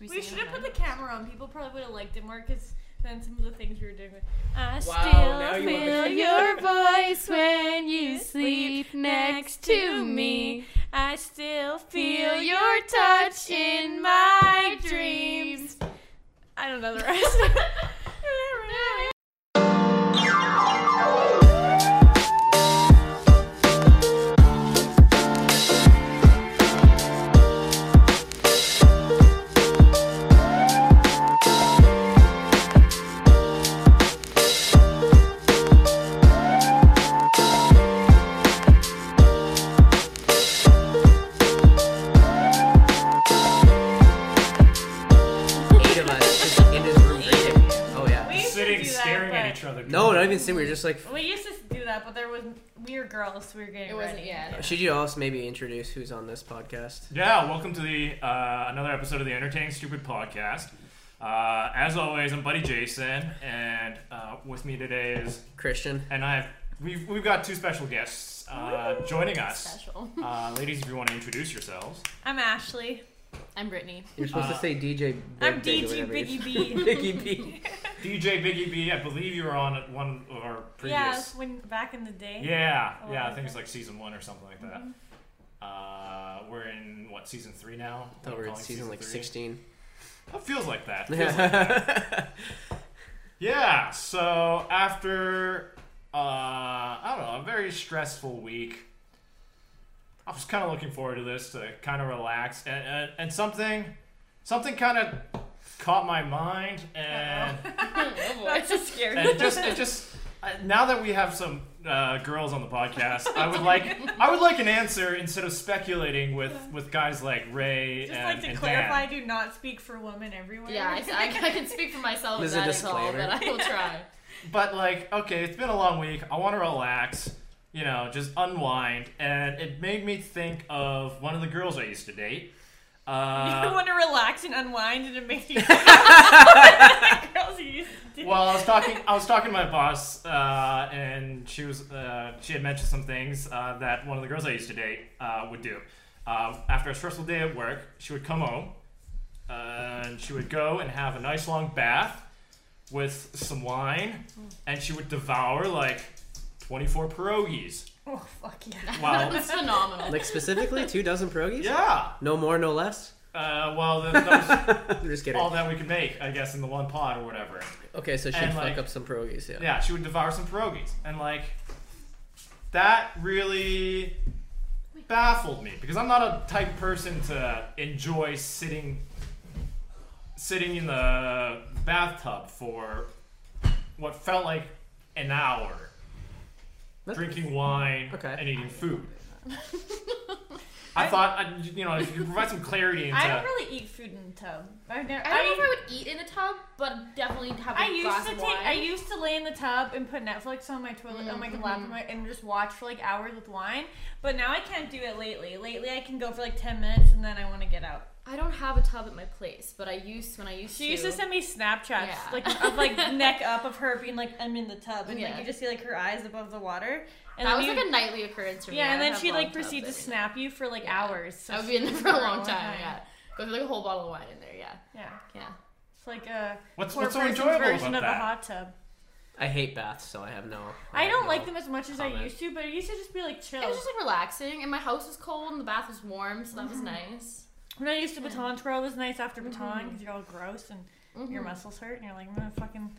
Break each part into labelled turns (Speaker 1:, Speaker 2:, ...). Speaker 1: we,
Speaker 2: We
Speaker 1: sing
Speaker 2: should
Speaker 1: it
Speaker 2: have put
Speaker 1: again?
Speaker 2: the camera on. People probably would have liked it more because then some of the things we were doing. were, I
Speaker 1: now
Speaker 2: still
Speaker 1: you want me
Speaker 2: feel
Speaker 1: to-
Speaker 2: your voice when you
Speaker 1: Sleep
Speaker 2: sleep next to me. I still feel
Speaker 1: Feel
Speaker 2: your touch in my dreams. I don't know the rest.
Speaker 3: Eight of us just in this room drinking. Oh yeah.
Speaker 2: We used to
Speaker 4: Sitting,
Speaker 2: do that,
Speaker 4: staring at
Speaker 2: but-
Speaker 4: each other.
Speaker 3: No, not even sitting. We were just like.
Speaker 2: We used to do that, but there was we were girls, so we were getting
Speaker 1: It wasn't-
Speaker 2: ready.
Speaker 1: yeah.
Speaker 3: Should you also maybe introduce who's on this podcast?
Speaker 4: Yeah, welcome to the uh, another episode of the Entertaining Stupid Podcast. Uh, as always, I'm Buddy Jason, and uh, with me today is,
Speaker 3: Christian.
Speaker 4: and I have we've we've got two special guests uh, joining us.
Speaker 2: Special.
Speaker 4: Uh, ladies, if you want to introduce yourselves,
Speaker 2: I'm Ashley.
Speaker 1: I'm Brittany.
Speaker 3: You're supposed to
Speaker 4: Uh,
Speaker 3: say DJ. Big
Speaker 2: I'm
Speaker 3: Big
Speaker 2: DG
Speaker 3: or whatever you-
Speaker 2: Biggie B.
Speaker 3: Biggie B.
Speaker 4: DJ Biggie B. I believe you were on one of our
Speaker 2: Yeah,
Speaker 4: previous.
Speaker 2: when back in the day.
Speaker 4: Yeah,
Speaker 2: Oh, Mm-hmm.
Speaker 4: yeah, I
Speaker 2: I
Speaker 4: think it's
Speaker 2: see.
Speaker 4: like season one or something like that. Uh, we're in what season three now?
Speaker 3: Thought we were in
Speaker 4: Calling
Speaker 3: season like
Speaker 4: three?
Speaker 3: 16.
Speaker 4: It feels like that. Feels like that.
Speaker 3: That's
Speaker 4: Yeah, so after uh, I don't know, a very stressful week, I was kind of looking forward to this to kind of relax, and and, and something, something kind of caught my mind, and
Speaker 2: Oh, That's just scary.
Speaker 4: and it just it just I- now that we have some uh, girls on the podcast, I would like I would like an answer instead of speculating with with guys like Ray
Speaker 2: just
Speaker 4: and,
Speaker 2: like to
Speaker 4: and
Speaker 2: clarify, I
Speaker 4: Dan.
Speaker 2: do not speak for women everywhere.
Speaker 1: Yeah, I, I, I can speak for myself with
Speaker 3: This is a
Speaker 1: that as well, but
Speaker 3: disclaimer.
Speaker 1: I will try.
Speaker 4: But like, okay, it's been a long week. I want to relax, you know, just unwind, and it made me think of one of the girls I used to date.
Speaker 2: you
Speaker 4: Uh,
Speaker 2: want to relax and unwind, and it makes you. girls used to do.
Speaker 4: well, I was talking. I was talking to my boss, uh, and she was. Uh, she had mentioned some things uh, that one of the girls I used to date uh, would do. Uh, after a stressful day at work, she would come home, uh, and she would go and have a nice long bath with some wine, and she would devour like twenty-four pierogies.
Speaker 2: Oh fuck yeah.
Speaker 4: Wow.
Speaker 1: It's phenomenal.
Speaker 3: like specifically two dozen pierogies.
Speaker 4: Yeah.
Speaker 3: No more, no less.
Speaker 4: Uh, well, that, that
Speaker 3: I'm just
Speaker 4: was
Speaker 3: kidding.
Speaker 4: all that we could make, I guess, in the one pot or whatever.
Speaker 3: Okay, so she'd
Speaker 4: and,
Speaker 3: fuck
Speaker 4: like-
Speaker 3: up some pierogies. Yeah.
Speaker 4: Yeah, she would devour some pierogies, and like that really baffled me because I'm not a type person to enjoy sitting sitting in the bathtub for what felt like an hour,
Speaker 3: That's-
Speaker 4: drinking wine
Speaker 3: Okay.
Speaker 4: and eating food. I thought, I, you know, if you provide some clarity into
Speaker 2: I don't really eat food in the tub. I've never.
Speaker 1: I don't know if I would eat in a tub, but definitely have a
Speaker 2: I used
Speaker 1: glass
Speaker 2: to
Speaker 1: of
Speaker 2: take.
Speaker 1: wine.
Speaker 2: I used to lay in the tub and put Netflix on my toilet, on my lap, and my- and just watch for like hours with wine. But now I can't do it lately. Lately, I can go for like ten minutes and then I want to get out.
Speaker 1: I don't have a tub at my place, but I used when I used
Speaker 2: She
Speaker 1: to.
Speaker 2: used to send me Snapchats
Speaker 1: Yeah.
Speaker 2: like of like neck up of her being like I'm in the tub, and like
Speaker 1: Yeah.
Speaker 2: you just see like her eyes above the water. And
Speaker 1: that was
Speaker 2: then you-
Speaker 1: like a nightly occurrence for me. I
Speaker 2: yeah, and
Speaker 1: would
Speaker 2: then
Speaker 1: have
Speaker 2: she
Speaker 1: long
Speaker 2: like proceed to
Speaker 1: tubs every
Speaker 2: snap you for like
Speaker 1: night.
Speaker 2: hours. So
Speaker 1: I would be in there for a long time. Yeah,
Speaker 2: Yeah,
Speaker 1: go through like a whole bottle of wine in there. Yeah,
Speaker 2: yeah.
Speaker 1: yeah.
Speaker 2: It's like a
Speaker 4: what's,
Speaker 2: poor
Speaker 4: what's so
Speaker 2: person's
Speaker 4: enjoyable
Speaker 2: version of
Speaker 4: about that.
Speaker 2: a hot tub.
Speaker 3: I hate baths, so I have no.
Speaker 2: I
Speaker 3: have
Speaker 2: don't
Speaker 3: no-
Speaker 2: like them as much as I
Speaker 3: comment.
Speaker 2: used to, but it used to just be like chill.
Speaker 1: It was just like relaxing, and my house was cold, and the bath was warm, so that was nice.
Speaker 2: When I used to baton twirl, it was nice after
Speaker 1: Mm-hmm.
Speaker 2: baton because you're all gross and your muscles hurt, and you're like, I'm gonna fucking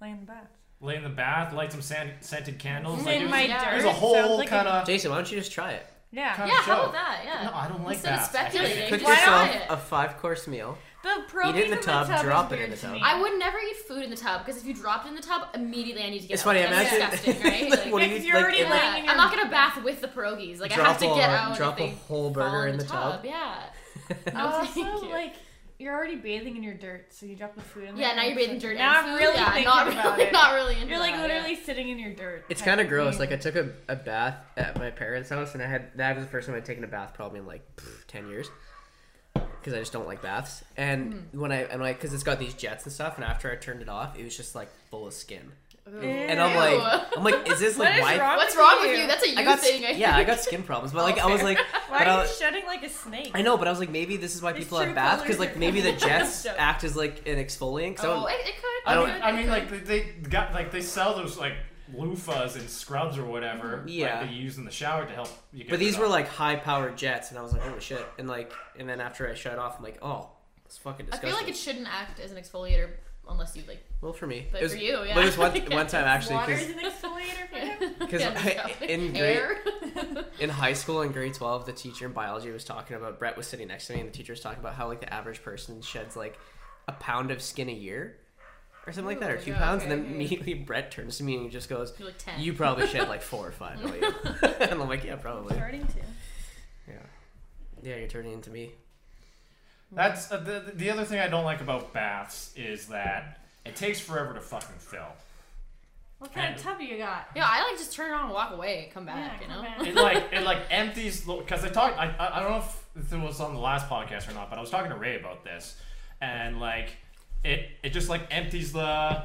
Speaker 2: lay in the bath.
Speaker 4: lay in the bath, light some sand- scented candles.
Speaker 2: And
Speaker 4: Like,
Speaker 2: in
Speaker 4: it was,
Speaker 2: my
Speaker 1: yeah.
Speaker 2: dirt.
Speaker 4: it was a
Speaker 2: sounds
Speaker 4: whole
Speaker 2: like a-
Speaker 4: kind of.
Speaker 3: Jason, why don't you just try it?
Speaker 2: Yeah.
Speaker 4: kind
Speaker 1: Yeah,
Speaker 4: of
Speaker 1: how
Speaker 4: show.
Speaker 1: about that? Yeah.
Speaker 4: No, I don't like
Speaker 1: Instead of
Speaker 4: baths, actually.
Speaker 1: speculating,
Speaker 3: Cook
Speaker 1: Why
Speaker 3: yourself
Speaker 1: not?
Speaker 3: a five course meal.
Speaker 2: The pro
Speaker 3: Eat it in the tub, drop it in the tub.
Speaker 1: I would never eat food in the tub because if you dropped it in the tub, immediately I need to get
Speaker 3: It's
Speaker 1: out.
Speaker 3: funny,
Speaker 1: That's
Speaker 3: imagine-
Speaker 1: disgusting, right?
Speaker 3: Like,
Speaker 1: Like,
Speaker 3: what do
Speaker 2: Yeah,
Speaker 3: you-
Speaker 2: 'cause you're
Speaker 3: like,
Speaker 2: already
Speaker 3: if-
Speaker 2: laying-
Speaker 1: yeah,
Speaker 2: in your-
Speaker 1: I'm not gonna bath with the pierogies. Like I have to
Speaker 3: Drop
Speaker 1: get
Speaker 3: a-
Speaker 1: out.
Speaker 3: drop
Speaker 1: if
Speaker 3: a
Speaker 1: they
Speaker 3: whole
Speaker 1: fall
Speaker 3: burger in the tub.
Speaker 1: Yeah. No, thank
Speaker 2: Also,
Speaker 1: you.
Speaker 2: like, you're already bathing in your dirt, so you drop the food in there.
Speaker 1: yeah, now you're
Speaker 2: and it's
Speaker 1: bathing
Speaker 2: like-
Speaker 1: dirt. and
Speaker 2: Now I'm
Speaker 1: food.
Speaker 2: really
Speaker 1: yeah,
Speaker 2: thinking
Speaker 1: not
Speaker 2: about
Speaker 1: really,
Speaker 2: it.
Speaker 1: Not really into
Speaker 2: You're like
Speaker 1: that,
Speaker 2: literally
Speaker 1: yeah.
Speaker 2: sitting in your dirt.
Speaker 3: It's
Speaker 2: type
Speaker 3: kind of gross.
Speaker 2: thing.
Speaker 3: Like I took a, a bath at my parents' house, and I had that was the first time I'd taken a bath probably in like pff, ten years, because I just don't like baths.
Speaker 1: Hmm.
Speaker 3: And when I and like because it's got these jets and stuff, and after I turned it off, it was just like full of skin. And I'm like, I'm like, is this like
Speaker 2: What is
Speaker 3: white?
Speaker 2: wrong
Speaker 1: what's
Speaker 2: with
Speaker 1: wrong with
Speaker 2: you?
Speaker 1: you? That's a you
Speaker 3: I got
Speaker 1: thing.
Speaker 3: sk- yeah, I got skin problems, but like I was like,
Speaker 2: Why
Speaker 3: but I
Speaker 2: are you
Speaker 3: was-
Speaker 2: shedding like a snake?
Speaker 3: I know, but I was like, maybe this is why
Speaker 2: It's
Speaker 3: people have
Speaker 2: true
Speaker 3: baths
Speaker 2: colours
Speaker 3: because like
Speaker 2: are-
Speaker 3: maybe the jets
Speaker 2: Joke.
Speaker 3: act as like an exfoliant. So
Speaker 1: Oh, it, it could. it
Speaker 4: I mean,
Speaker 1: could,
Speaker 4: I
Speaker 1: it
Speaker 4: mean,
Speaker 1: could.
Speaker 4: like they, they got like they sell those like loofahs and scrubs or whatever.
Speaker 3: Yeah.
Speaker 4: like, they use in the shower to help. you get
Speaker 3: but these
Speaker 4: rid
Speaker 3: were
Speaker 4: of-
Speaker 3: like high powered jets, and I was like, holy shit! And like, and then after I shut off, I'm like, oh, it's fucking
Speaker 1: I
Speaker 3: disgusting.
Speaker 1: feel like it shouldn't act as an exfoliator unless you like.
Speaker 3: well, for me,
Speaker 1: But
Speaker 3: it was,
Speaker 1: for you, yeah.
Speaker 3: But it was one, one time actually
Speaker 2: Water
Speaker 3: because
Speaker 2: is an exfoliator for him.
Speaker 3: Because
Speaker 1: Yeah,
Speaker 3: I-
Speaker 1: no.
Speaker 3: in grade-
Speaker 1: air.
Speaker 3: in high school in grade 12 the teacher in biology was talking about brett was sitting next to me and the teacher was talking about how like the average person sheds like a pound of skin a year or something like that or
Speaker 1: Ooh,
Speaker 3: two
Speaker 1: yeah,
Speaker 3: pounds and
Speaker 1: okay,
Speaker 3: then
Speaker 1: okay.
Speaker 3: immediately brett turns to me and he just goes
Speaker 1: You're like ten.
Speaker 3: you probably shed like four or five don't you?" and i'm like yeah probably
Speaker 2: Starting to.
Speaker 3: yeah you're turning into me
Speaker 4: That's uh, the the other thing I don't like about baths is that it takes forever to fucking fill.
Speaker 2: What kind of tub you got?
Speaker 1: yeah, I like just turn around and walk away and come back. you
Speaker 2: Yeah,
Speaker 1: know.
Speaker 2: come back.
Speaker 4: It like it like empties because I talked. I, I I don't know if it was on the last podcast or not, but I was talking to Ray about this, and like it it just like empties the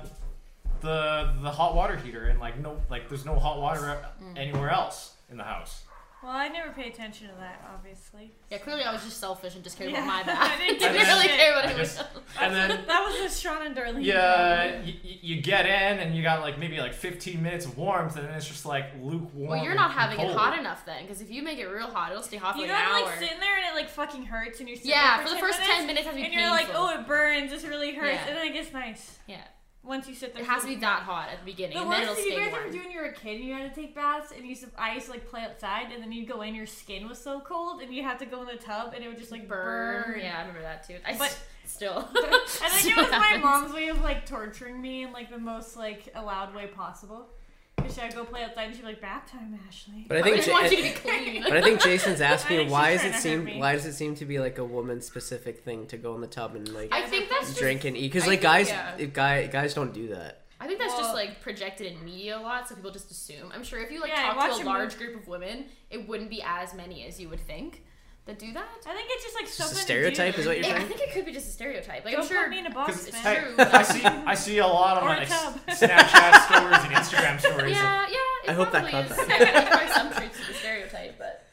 Speaker 4: the the hot water heater and like no like there's no hot water
Speaker 1: Mm.
Speaker 4: anywhere else in the house.
Speaker 2: Well, I never pay attention to that, obviously.
Speaker 1: Yeah, clearly I was just selfish and just cared
Speaker 2: Yeah.
Speaker 1: about my
Speaker 2: I
Speaker 1: bath.
Speaker 2: didn't
Speaker 1: didn't
Speaker 4: give a
Speaker 1: really
Speaker 2: shit.
Speaker 1: care about
Speaker 4: I
Speaker 1: anyone
Speaker 4: just-
Speaker 1: else.
Speaker 4: And then
Speaker 2: That was the Sean and Darlene.
Speaker 4: yeah, you, you get in and you got like maybe like 15 minutes of warmth, and then it's just like lukewarm.
Speaker 1: Well, you're
Speaker 4: and-
Speaker 1: not
Speaker 4: and
Speaker 1: having it
Speaker 4: cold.
Speaker 1: hot enough then, because if you make it real hot, it'll stay hot for
Speaker 2: You
Speaker 1: like an
Speaker 2: gotta
Speaker 1: hour.
Speaker 2: like sit in there and it like fucking hurts and you're sitting
Speaker 1: Yeah,
Speaker 2: there
Speaker 1: for the
Speaker 2: 10
Speaker 1: first 10 minutes has to be
Speaker 2: and you're like,
Speaker 1: painful.
Speaker 2: oh, it burns. This really hurts,
Speaker 1: Yeah.
Speaker 2: and then it gets nice
Speaker 1: yeah,
Speaker 2: once you sit there.
Speaker 1: it has to
Speaker 2: for-
Speaker 1: be that hot at the beginning,
Speaker 2: The
Speaker 1: and then it'll
Speaker 2: worst thing
Speaker 1: stay
Speaker 2: you guys
Speaker 1: warm.
Speaker 2: ever do when you were a kid, and you had to take baths, and you used to, I used to like play outside, and then you'd go in, your skin was so cold, and you had to go in the tub, and it would just like burn.
Speaker 1: burn. Yeah, I remember that too. I
Speaker 2: But-
Speaker 1: s- still.
Speaker 2: I think it
Speaker 1: Still
Speaker 2: was my
Speaker 1: happens.
Speaker 2: mom's way of like torturing me in like the most like allowed way possible. Cause she'd go play outside, and she'd be like, "Bath time, Ashley."
Speaker 3: but i
Speaker 1: I
Speaker 3: think
Speaker 1: just
Speaker 3: Ja-
Speaker 1: want you to be clean.
Speaker 3: but I think Jason's
Speaker 2: I
Speaker 3: asking
Speaker 2: think
Speaker 3: why
Speaker 2: she's
Speaker 3: does it
Speaker 2: trying to hurt
Speaker 3: seem
Speaker 2: me.
Speaker 3: why does it seem to be like a woman specific thing to go in the tub and like
Speaker 1: I think that's just,
Speaker 3: drink and eat because
Speaker 1: I
Speaker 3: like
Speaker 1: think,
Speaker 3: guys
Speaker 1: yeah.
Speaker 3: if guy guys don't do that
Speaker 1: I think that's just
Speaker 2: Well-
Speaker 1: like projected in media a lot, so people just assume. I'm sure if you like
Speaker 2: Yeah, I
Speaker 1: talk
Speaker 2: watch
Speaker 1: to
Speaker 2: a
Speaker 1: a large group of women, it wouldn't be as many as you would think that do that.
Speaker 2: I think it's just like
Speaker 3: a
Speaker 2: something. to
Speaker 3: stereotype
Speaker 2: do.
Speaker 3: is what
Speaker 1: It-
Speaker 3: you're
Speaker 1: I
Speaker 3: saying?
Speaker 1: think it could be just a stereotype. Like
Speaker 2: Don't
Speaker 1: I'm sure
Speaker 2: put me in a box,
Speaker 4: 'Cause
Speaker 1: it's
Speaker 2: man.
Speaker 1: true.
Speaker 4: Hey, I see I see a lot on
Speaker 2: Or a
Speaker 4: my s-
Speaker 2: tub.
Speaker 4: Snapchat stories and Instagram stories. of-
Speaker 1: Yeah, yeah. It
Speaker 3: I hope that
Speaker 1: probably
Speaker 3: caught
Speaker 1: is.
Speaker 3: that.
Speaker 1: I think by some traits it's a stereotype, but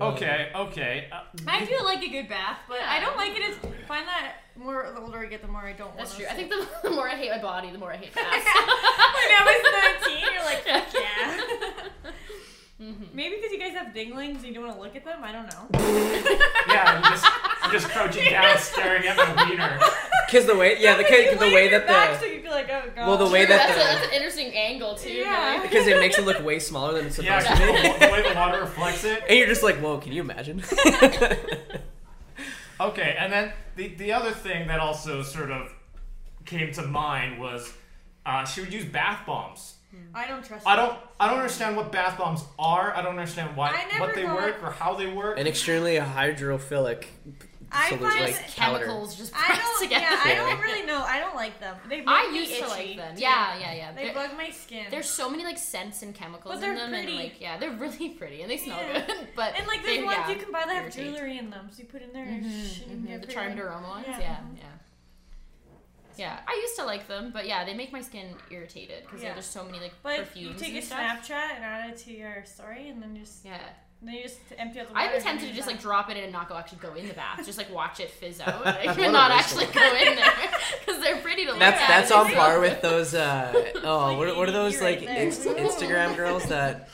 Speaker 4: okay, okay. Uh,
Speaker 2: I do like a good bath, but I don't like it as find that more the older I get, the more I don't.
Speaker 1: that's
Speaker 2: wanna
Speaker 1: true. I
Speaker 2: sit.
Speaker 1: think the, the more I hate my body, the more I hate fast.
Speaker 2: when I was nineteen, you're like, fuck yeah.
Speaker 1: Mm-hmm.
Speaker 2: Maybe because you guys have dinglings and you don't want to look at them. I don't know.
Speaker 4: yeah, I'm just, I'm just crouching down, staring at my wiener.
Speaker 3: because the way yeah the,
Speaker 2: You
Speaker 3: the
Speaker 2: lay on
Speaker 3: way
Speaker 2: your
Speaker 3: that
Speaker 2: back
Speaker 3: the
Speaker 2: so you'd be like, oh god.
Speaker 3: Well, the way
Speaker 1: True,
Speaker 3: that
Speaker 1: that's,
Speaker 3: the-
Speaker 1: a, that's an interesting angle too.
Speaker 2: Yeah.
Speaker 1: really.
Speaker 3: Because it makes it look way smaller than it's
Speaker 4: Yeah,
Speaker 3: supposed
Speaker 4: the,
Speaker 3: to be.
Speaker 4: the way the water reflects it.
Speaker 3: And you're just like, whoa, can you imagine?
Speaker 4: Okay, and then the, the other thing that also sort of came to mind was uh, she would use bath bombs.
Speaker 2: I don't trust.
Speaker 4: I don't I don't understand what bath bombs are. I don't understand why
Speaker 2: I never
Speaker 4: what they
Speaker 2: got-
Speaker 4: work or how they work.
Speaker 3: An extremely hydrophilic.
Speaker 2: I
Speaker 3: so
Speaker 2: find-
Speaker 3: there's like
Speaker 1: Just
Speaker 3: powder.
Speaker 1: chemicals just
Speaker 2: I
Speaker 1: pressed
Speaker 2: don't.
Speaker 1: together.
Speaker 2: Yeah, I don't
Speaker 3: Yeah.
Speaker 2: really know. I don't like them. They make
Speaker 1: I
Speaker 2: me
Speaker 1: used to
Speaker 2: itchy,
Speaker 1: like them.
Speaker 2: too.
Speaker 1: Yeah, yeah, yeah.
Speaker 2: They
Speaker 1: There-
Speaker 2: bug my skin.
Speaker 1: There's so many like scents and chemicals
Speaker 2: But they're
Speaker 1: in them,
Speaker 2: pretty.
Speaker 1: and like yeah, they're really pretty and they smell
Speaker 2: Yeah.
Speaker 1: good. But
Speaker 2: and like
Speaker 1: they-
Speaker 2: there's ones
Speaker 1: yeah,
Speaker 2: you can buy that have
Speaker 1: irritate.
Speaker 2: jewelry in them, so you put in there
Speaker 3: Mm-hmm,
Speaker 2: and shit and
Speaker 1: Mhm,
Speaker 2: get
Speaker 1: The
Speaker 2: pretty.
Speaker 1: charmed aroma ones,
Speaker 2: Yeah,
Speaker 1: yeah, yeah,
Speaker 2: mhm.
Speaker 1: yeah. I used to like them, but yeah, they make my skin irritated because
Speaker 2: Yeah.
Speaker 1: there's so many like
Speaker 2: But you
Speaker 1: perfumes.
Speaker 2: take a
Speaker 1: and stuff.
Speaker 2: Snapchat and add it to your story, and then just
Speaker 1: Yeah,
Speaker 2: then you just empty out the water.
Speaker 1: I'd be
Speaker 2: and then
Speaker 1: tempted to
Speaker 2: you're
Speaker 1: just
Speaker 2: done.
Speaker 1: like drop it in and not go actually go in the bath, just like watch it fizz out,
Speaker 3: What
Speaker 1: like,
Speaker 3: a
Speaker 1: and not
Speaker 3: waste of
Speaker 1: actually go in there because they're pretty to look
Speaker 3: That's
Speaker 1: at.
Speaker 3: that's
Speaker 1: and
Speaker 3: on
Speaker 1: they
Speaker 3: par
Speaker 1: smell
Speaker 3: with those. Uh, oh,
Speaker 2: like
Speaker 3: what, are- what are those
Speaker 2: ADD right
Speaker 3: like
Speaker 2: there.
Speaker 3: inst- Instagram girls that?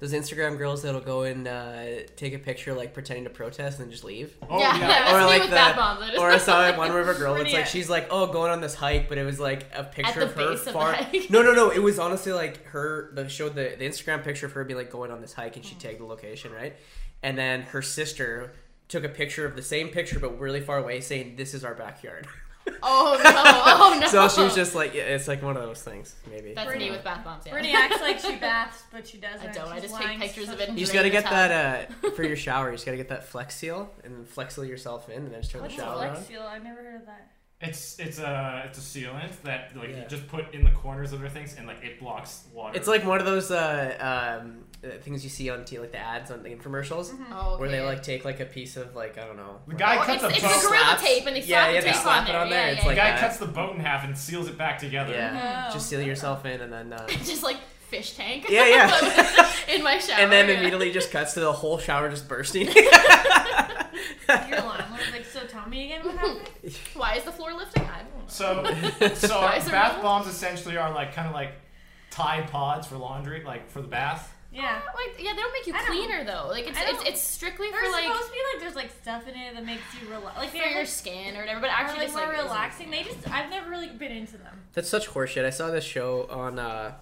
Speaker 3: Those Instagram girls that'll go and uh, take a picture like pretending to protest and then just leave.
Speaker 1: good.
Speaker 4: oh
Speaker 1: yeah,
Speaker 4: yeah.
Speaker 1: that's
Speaker 3: Or
Speaker 1: me
Speaker 3: like
Speaker 1: with
Speaker 3: the-
Speaker 1: bath bombs. I just-
Speaker 3: Or I saw one river girl. It's like
Speaker 2: Brilliant.
Speaker 3: she's like, oh, going on this hike, but it was like a picture
Speaker 1: the
Speaker 3: of her
Speaker 1: base of the
Speaker 3: far.
Speaker 1: hike.
Speaker 3: No, no, no. It was honestly like her. They showed the, the Instagram picture of her being like going on this hike,
Speaker 1: Mm.
Speaker 3: and she tagged the location right, and then her sister took a picture of the same picture but really far away, saying, "This is our backyard."
Speaker 1: oh no! Oh no!
Speaker 3: So she was just like, yeah, it's like one of those things, maybe.
Speaker 1: that's
Speaker 2: Brittany-
Speaker 1: me with bath bombs. Yeah.
Speaker 2: Brittany acts like she baths, but she doesn't.
Speaker 1: I don't. I
Speaker 2: She's
Speaker 1: just take
Speaker 2: lying.
Speaker 1: pictures of it and
Speaker 3: You just
Speaker 1: drain
Speaker 3: gotta
Speaker 1: the
Speaker 3: get
Speaker 1: tub.
Speaker 3: that uh, for your shower. You just gotta get that Flex Seal and then Flex Seal yourself in, and then just turn
Speaker 2: What's
Speaker 3: the shower
Speaker 2: Flex
Speaker 3: on.
Speaker 2: Seal? I've never heard of that.
Speaker 4: It's it's a it's a sealant that like
Speaker 3: Yeah.
Speaker 4: you just put in the corners of their things and like it blocks water.
Speaker 3: It's like one of those uh, um, uh, things you see on t- like the ads on the infomercials,
Speaker 1: Oh, okay.
Speaker 3: where they like take like a piece of like I don't know.
Speaker 4: the guy
Speaker 1: Well,
Speaker 4: cuts
Speaker 1: it's,
Speaker 4: a
Speaker 1: it's
Speaker 4: boat.
Speaker 1: the gorilla
Speaker 3: Slaps.
Speaker 1: tape, and they
Speaker 3: Yeah,
Speaker 1: slap
Speaker 3: yeah,
Speaker 1: the
Speaker 3: they
Speaker 1: tape
Speaker 3: slap
Speaker 1: on
Speaker 3: it
Speaker 1: there.
Speaker 3: on there,
Speaker 1: Yeah,
Speaker 3: it's
Speaker 1: yeah,
Speaker 4: the
Speaker 3: like-
Speaker 1: yeah.
Speaker 4: guy
Speaker 3: that.
Speaker 4: cuts the boat in half and seals it back together.
Speaker 3: Yeah,
Speaker 2: No.
Speaker 3: just seal yourself in, and then uh,
Speaker 1: just like fish tank.
Speaker 3: Yeah, yeah.
Speaker 1: in my shower.
Speaker 3: and then
Speaker 1: yeah.
Speaker 3: immediately just cuts to the whole shower just bursting.
Speaker 2: Your landlord's like, so tell me again what happened.
Speaker 1: Why is the floor lifting? I don't know.
Speaker 4: So so
Speaker 1: Guys are
Speaker 4: bath
Speaker 1: real.
Speaker 4: bombs essentially are like kind of like Tide Pods for laundry, like for the bath.
Speaker 2: Yeah.
Speaker 1: Like, yeah, they don't make you
Speaker 2: I don't-
Speaker 1: cleaner though. Like, it's
Speaker 2: I
Speaker 1: it's,
Speaker 2: don't-
Speaker 1: it's strictly
Speaker 2: There's
Speaker 1: for like
Speaker 2: supposed to be like there's like stuff in it that makes you relax. Like
Speaker 1: for
Speaker 2: they're
Speaker 1: your
Speaker 2: like,
Speaker 1: skin or whatever. But
Speaker 2: are,
Speaker 1: actually,
Speaker 2: like
Speaker 1: just like
Speaker 2: more
Speaker 1: isn't.
Speaker 2: relaxing. They just I've never really been into them.
Speaker 3: That's such horseshit. I saw this show on uh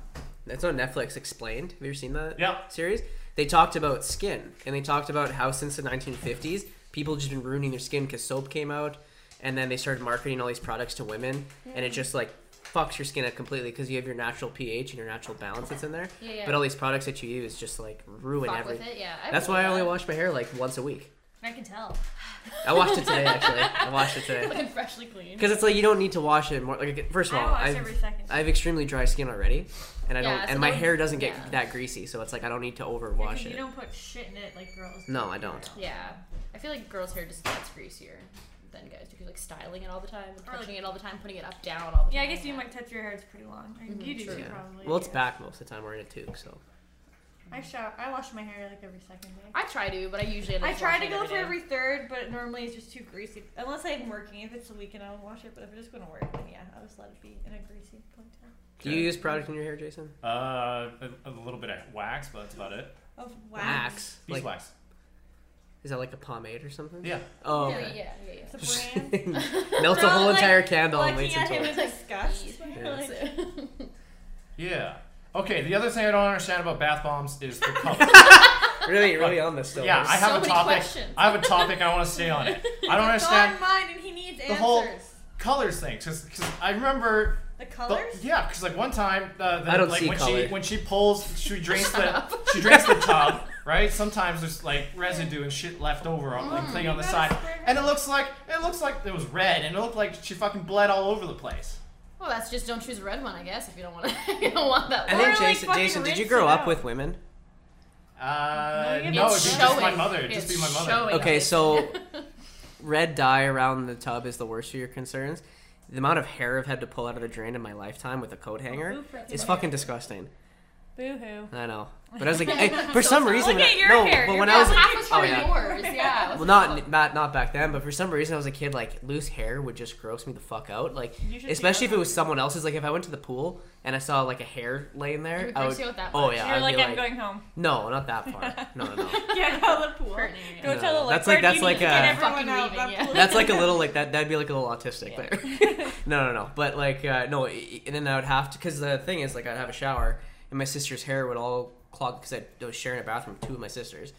Speaker 3: it's on Netflix Explained. Have you ever seen that
Speaker 4: Yeah.
Speaker 3: series? They talked about skin and they talked about how since the 1950s people just been ruining their skin cuz soap came out and then they started marketing all these products to women and it just like fucks your skin up completely cuz you have your natural pH and your natural balance that's in there.
Speaker 1: Yeah, yeah.
Speaker 3: But all these products that you use just like ruin
Speaker 1: Fuck with
Speaker 3: everything.
Speaker 1: it. Yeah. I
Speaker 3: That's
Speaker 1: believe
Speaker 3: why I only
Speaker 1: that.
Speaker 3: wash my hair like once a week.
Speaker 2: I can tell.
Speaker 3: I washed it today actually. I washed it today.
Speaker 2: Looking freshly clean.
Speaker 3: Cuz it's like you don't need to wash it more like first of
Speaker 2: I
Speaker 3: all
Speaker 2: wash
Speaker 3: I've-
Speaker 2: every second.
Speaker 3: I have extremely dry skin already, and I don't,
Speaker 1: Yeah, so
Speaker 3: and my
Speaker 1: that would-
Speaker 3: hair doesn't get
Speaker 1: yeah.
Speaker 3: that greasy, so it's like I don't need to
Speaker 2: Yeah, 'cause
Speaker 3: overwash
Speaker 2: You
Speaker 3: it.
Speaker 2: don't put shit in it like girls.
Speaker 3: No, I don't.
Speaker 1: Yeah, I feel like girls' hair just gets greasier than guys do. 'cause, Like styling it all the time,
Speaker 2: Or, like-
Speaker 1: touching it all the time, putting it up down all the time.
Speaker 2: Yeah, I guess you might touch your hair. It's pretty long. Or you do
Speaker 1: true.
Speaker 2: too,
Speaker 3: Yeah.
Speaker 2: probably.
Speaker 3: Well, it's
Speaker 2: yeah.
Speaker 3: back most of the time. We're in a tube, so
Speaker 2: I shower. I wash my hair like every second day.
Speaker 1: I try to, but I usually end up
Speaker 2: I try to
Speaker 1: washing it
Speaker 2: go for
Speaker 1: day.
Speaker 2: every third, but normally it's just too greasy. Unless I'm working. If it's a weekend, I'll wash it. But if I'm just going to work, then yeah, I'll just let it be in a greasy ponytail.
Speaker 3: do you
Speaker 4: Okay.
Speaker 3: use product in your hair, Jason?
Speaker 4: Uh, a, a little bit of wax, but that's about it.
Speaker 2: Of wax.
Speaker 3: Wax. Like,
Speaker 4: Beeswax.
Speaker 3: is that like a pomade or something?
Speaker 4: Yeah.
Speaker 3: Oh.
Speaker 1: Yeah,
Speaker 3: Okay.
Speaker 1: yeah, yeah, yeah.
Speaker 2: It's a brand.
Speaker 3: Melts a
Speaker 2: Not
Speaker 3: whole
Speaker 2: like
Speaker 3: entire candle and
Speaker 2: Looking
Speaker 3: waits
Speaker 2: at him
Speaker 3: until.
Speaker 2: in disgust.
Speaker 1: Yeah.
Speaker 2: Like,
Speaker 4: Yeah. Okay. The other thing I don't understand about bath bombs is the color.
Speaker 3: Really, really on this still.
Speaker 4: yeah, I
Speaker 1: So
Speaker 4: have a
Speaker 1: many
Speaker 4: topic.
Speaker 1: questions.
Speaker 4: I have a topic. I want to stay on it. I don't understand
Speaker 2: God, mine, and he needs
Speaker 4: the
Speaker 2: answers.
Speaker 4: whole colors thing because I remember.
Speaker 2: the
Speaker 4: The,
Speaker 2: colors.
Speaker 4: yeah, because like one time, uh, the,
Speaker 3: I don't
Speaker 4: like
Speaker 3: see
Speaker 4: when
Speaker 3: color.
Speaker 4: she when she pulls, she drinks the she drinks the tub. Right? Sometimes there's like residue and shit left over on like thing on the
Speaker 2: Mm, that's
Speaker 4: side,
Speaker 2: fair.
Speaker 4: and it looks like it looks like it was red, and it looked like she fucking bled all over the place.
Speaker 1: Well, that's just don't choose a red one, I guess, if you don't want to. you don't want that.
Speaker 3: I
Speaker 1: One.
Speaker 2: Or,
Speaker 3: think
Speaker 2: like,
Speaker 3: Jason.
Speaker 2: fucking
Speaker 3: Jason, did you
Speaker 2: rinse
Speaker 3: grow
Speaker 2: it
Speaker 3: up
Speaker 2: out.
Speaker 3: with women?
Speaker 4: Uh,
Speaker 2: No, you
Speaker 4: no,
Speaker 2: didn't.
Speaker 4: it'd be
Speaker 2: It's
Speaker 4: just my
Speaker 1: showing.
Speaker 4: mother. It'd just
Speaker 1: It's
Speaker 4: be my mother.
Speaker 1: showing.
Speaker 3: Okay,
Speaker 1: yeah.
Speaker 3: so red dye around the tub is the worst of your concerns. The amount of hair I've had to pull out of the drain in my lifetime with a coat hanger
Speaker 2: Blueprints
Speaker 3: is
Speaker 2: in
Speaker 3: fucking disgusting.
Speaker 2: Boo hoo.
Speaker 3: I know, but I was like, hey, for some reason,
Speaker 2: Look at your
Speaker 3: no.
Speaker 2: hair,
Speaker 3: But
Speaker 2: your
Speaker 3: when I
Speaker 1: Yeah,
Speaker 3: was,
Speaker 1: half was
Speaker 3: oh,
Speaker 1: probably
Speaker 3: yeah.
Speaker 1: yours. Yeah.
Speaker 3: well, not not not back then, but for some reason, I was a kid. Like loose hair would just gross me the fuck out. Like
Speaker 2: You should
Speaker 3: especially
Speaker 2: be
Speaker 3: if it was someone else's. Like if I went to the pool and I saw like a hair laying there,
Speaker 1: would
Speaker 3: I
Speaker 1: gross
Speaker 3: would.
Speaker 1: you out that
Speaker 3: oh
Speaker 1: much.
Speaker 3: yeah,
Speaker 2: You're
Speaker 3: I'd
Speaker 2: like,
Speaker 3: be
Speaker 2: I'm going home.
Speaker 3: No, not that far. No, no, no.
Speaker 2: Yeah, go to the pool. Go
Speaker 3: No,
Speaker 2: tell the lifeguard
Speaker 3: that's like- that's
Speaker 2: you
Speaker 3: like
Speaker 2: need to
Speaker 3: a-
Speaker 2: get everyone
Speaker 1: Fucking
Speaker 2: out.
Speaker 1: leaving,
Speaker 2: That
Speaker 1: yeah.
Speaker 2: pool-
Speaker 3: That's like a little like that. That'd be like a little autistic there. no, no, no. But like, uh, no. i- And then I would have to because the thing is like I'd have a shower and my sister's hair would all clog because I was sharing a bathroom with two of my sisters,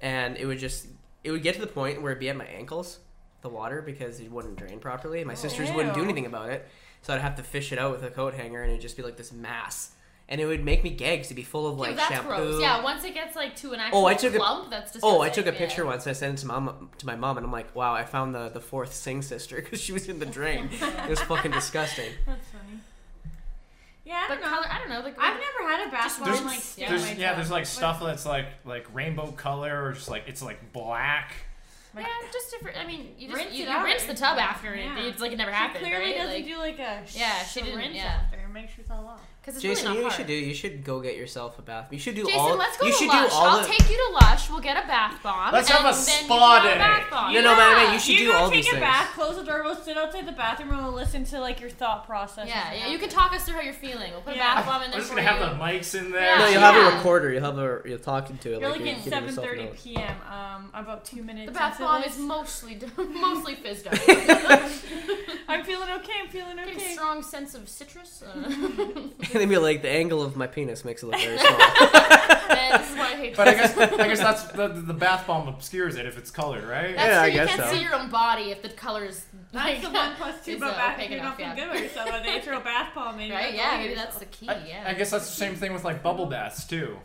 Speaker 3: and it would just it would get to the point where it'd be at my ankles, the water because it wouldn't drain properly.
Speaker 1: Oh,
Speaker 3: My sisters wouldn't do
Speaker 2: Ew.
Speaker 3: anything about it, so I'd have to fish it out with a coat hanger and it'd just be like this mass, and it would make me gag 'cause it'd be full of
Speaker 1: Ew,
Speaker 3: like
Speaker 1: that's
Speaker 3: shampoo.
Speaker 1: gross. Yeah, once it gets like to an actual
Speaker 3: Oh, I took a-
Speaker 1: clump, that's disgusting.
Speaker 3: Oh, I took a
Speaker 1: yeah.
Speaker 3: picture once and I sent it to mom to my mom, and I'm like, wow, I found the the fourth Sing sister because she was in the drain. it was fucking disgusting.
Speaker 2: That's funny. Yeah, I
Speaker 1: But
Speaker 2: don't know.
Speaker 1: color, I don't know. The
Speaker 2: I've never had a bath
Speaker 1: Just
Speaker 2: bomb
Speaker 1: there's-
Speaker 2: like stand
Speaker 1: there's-
Speaker 2: my
Speaker 4: yeah, there's like
Speaker 2: tub.
Speaker 4: stuff that's like like rainbow color or just like it's like black.
Speaker 1: yeah, just different. I mean, you just
Speaker 2: Rinse
Speaker 1: you,
Speaker 2: it
Speaker 1: you
Speaker 2: out.
Speaker 1: rinse the tub after
Speaker 2: Yeah.
Speaker 1: it. It's like it never
Speaker 2: She
Speaker 1: happened.
Speaker 2: clearly
Speaker 1: right?
Speaker 2: doesn't
Speaker 1: like,
Speaker 2: do like a sh-
Speaker 1: Yeah, she
Speaker 2: a
Speaker 1: didn't-
Speaker 2: rinse
Speaker 1: yeah.
Speaker 2: after and make sure it's all off.
Speaker 1: Cause it's
Speaker 3: Jason,
Speaker 1: really
Speaker 3: you know
Speaker 1: not
Speaker 3: what you should
Speaker 1: hard.
Speaker 3: do you should go get yourself a bath. You should do
Speaker 1: Jason,
Speaker 3: all.
Speaker 1: let's go
Speaker 3: you
Speaker 1: to
Speaker 3: should
Speaker 1: Lush.
Speaker 3: do all.
Speaker 1: I'll
Speaker 3: the,
Speaker 1: take you to Lush. We'll get a bath bomb.
Speaker 4: Let's
Speaker 1: and
Speaker 4: have a
Speaker 1: then
Speaker 4: spa
Speaker 1: you can have
Speaker 4: day.
Speaker 1: a bath bomb.
Speaker 3: No, no, but I mean, you
Speaker 1: Yeah.
Speaker 3: should
Speaker 2: you
Speaker 3: do
Speaker 2: go
Speaker 3: all
Speaker 2: take
Speaker 3: these
Speaker 2: a
Speaker 3: things.
Speaker 2: bath, close the door, go sit outside the bathroom, and we'll listen to like your thought process.
Speaker 1: Yeah,
Speaker 2: as it
Speaker 1: yeah. You can
Speaker 2: happens.
Speaker 1: talk us through how you're feeling. We'll put
Speaker 2: Yeah.
Speaker 1: a bath bomb in
Speaker 4: I'm
Speaker 1: there
Speaker 4: just
Speaker 1: for
Speaker 4: gonna
Speaker 1: you.
Speaker 4: have the mics in there.
Speaker 3: No,
Speaker 1: Yeah.
Speaker 3: you'll have a recorder. You'll have a you'll talking to it.
Speaker 2: You're
Speaker 3: like
Speaker 2: looking
Speaker 3: you're
Speaker 2: at
Speaker 3: giving yourself
Speaker 2: 7:30
Speaker 3: notes.
Speaker 2: p.m. Um, about two minutes.
Speaker 1: The bath
Speaker 2: into
Speaker 1: bomb
Speaker 2: this.
Speaker 1: is mostly mostly fizzed out.
Speaker 2: I'm feeling okay. I'm feeling
Speaker 1: Getting
Speaker 2: okay.
Speaker 1: strong sense of citrus. Uh,
Speaker 3: and then be like, the angle of my penis makes it look very small.
Speaker 1: man, this is why I hate.
Speaker 4: But I guess I guess that's the, the bath bomb obscures it if it's colored, right?
Speaker 1: That's
Speaker 3: Yeah,
Speaker 1: true.
Speaker 3: I
Speaker 1: you
Speaker 3: guess
Speaker 1: can't
Speaker 3: so.
Speaker 1: see your own body if the colors.
Speaker 2: That's the one plus two
Speaker 1: It's,
Speaker 2: about
Speaker 1: uh,
Speaker 2: bath.
Speaker 1: opaque
Speaker 2: You're
Speaker 1: enough, yeah.
Speaker 2: not feeling good about yourself, and then you throw a bath bomb in. you're
Speaker 1: right?
Speaker 2: like,
Speaker 1: Yeah,
Speaker 2: oh,
Speaker 1: maybe
Speaker 2: yourself.
Speaker 1: that's the key.
Speaker 4: I,
Speaker 1: Yeah.
Speaker 4: I guess that's the same thing with like bubble baths too.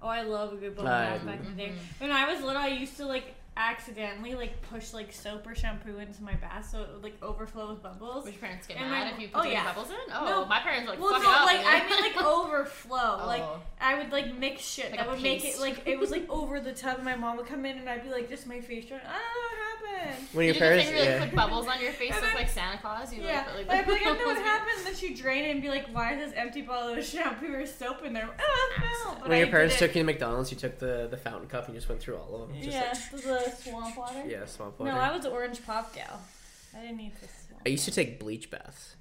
Speaker 2: Oh, I love a good bubble
Speaker 3: Uh,
Speaker 1: Mm-hmm.
Speaker 2: bath back in the day. When I was little, I used to like accidentally like push like soap or shampoo into my bath so it would like overflow with bubbles.
Speaker 1: Would your parents get
Speaker 2: And
Speaker 1: mad
Speaker 2: my-
Speaker 1: if you
Speaker 2: oh,
Speaker 1: put
Speaker 2: yeah.
Speaker 1: bubbles in? Oh,
Speaker 2: No.
Speaker 1: my parents were like
Speaker 2: well,
Speaker 1: fuck
Speaker 2: no,
Speaker 1: it up,
Speaker 2: like
Speaker 1: dude."
Speaker 2: I mean like overflow. Like
Speaker 1: Oh.
Speaker 2: I would like mix shit
Speaker 1: Like
Speaker 2: that
Speaker 1: a
Speaker 2: would make
Speaker 1: paste.
Speaker 2: it like it was like over the tub. And my mom would come in and I'd be like just my face showing. Oh, what happened?
Speaker 3: When
Speaker 1: you
Speaker 3: your
Speaker 1: did
Speaker 3: parents,
Speaker 1: you really
Speaker 3: yeah.
Speaker 1: put bubbles on your face
Speaker 2: And
Speaker 1: look
Speaker 2: then-
Speaker 1: like Santa Claus? You
Speaker 2: Yeah,
Speaker 1: like, put,
Speaker 2: but I'd be like, I
Speaker 1: bubbles
Speaker 2: know what
Speaker 1: in-
Speaker 2: happened. Then she drain it and be like, why is this empty bottle of shampoo or soap in there? Oh, I fell. But
Speaker 3: when
Speaker 2: I
Speaker 3: your parents
Speaker 2: did
Speaker 3: took you to McDonald's, you took the, the fountain cup and you just went through all of them.
Speaker 2: it.
Speaker 3: Just
Speaker 2: Yeah, the swamp water.
Speaker 3: like, yeah, swamp
Speaker 2: No,
Speaker 3: water.
Speaker 2: I was orange pop gal. I didn't eat this.
Speaker 3: I used to take bleach baths.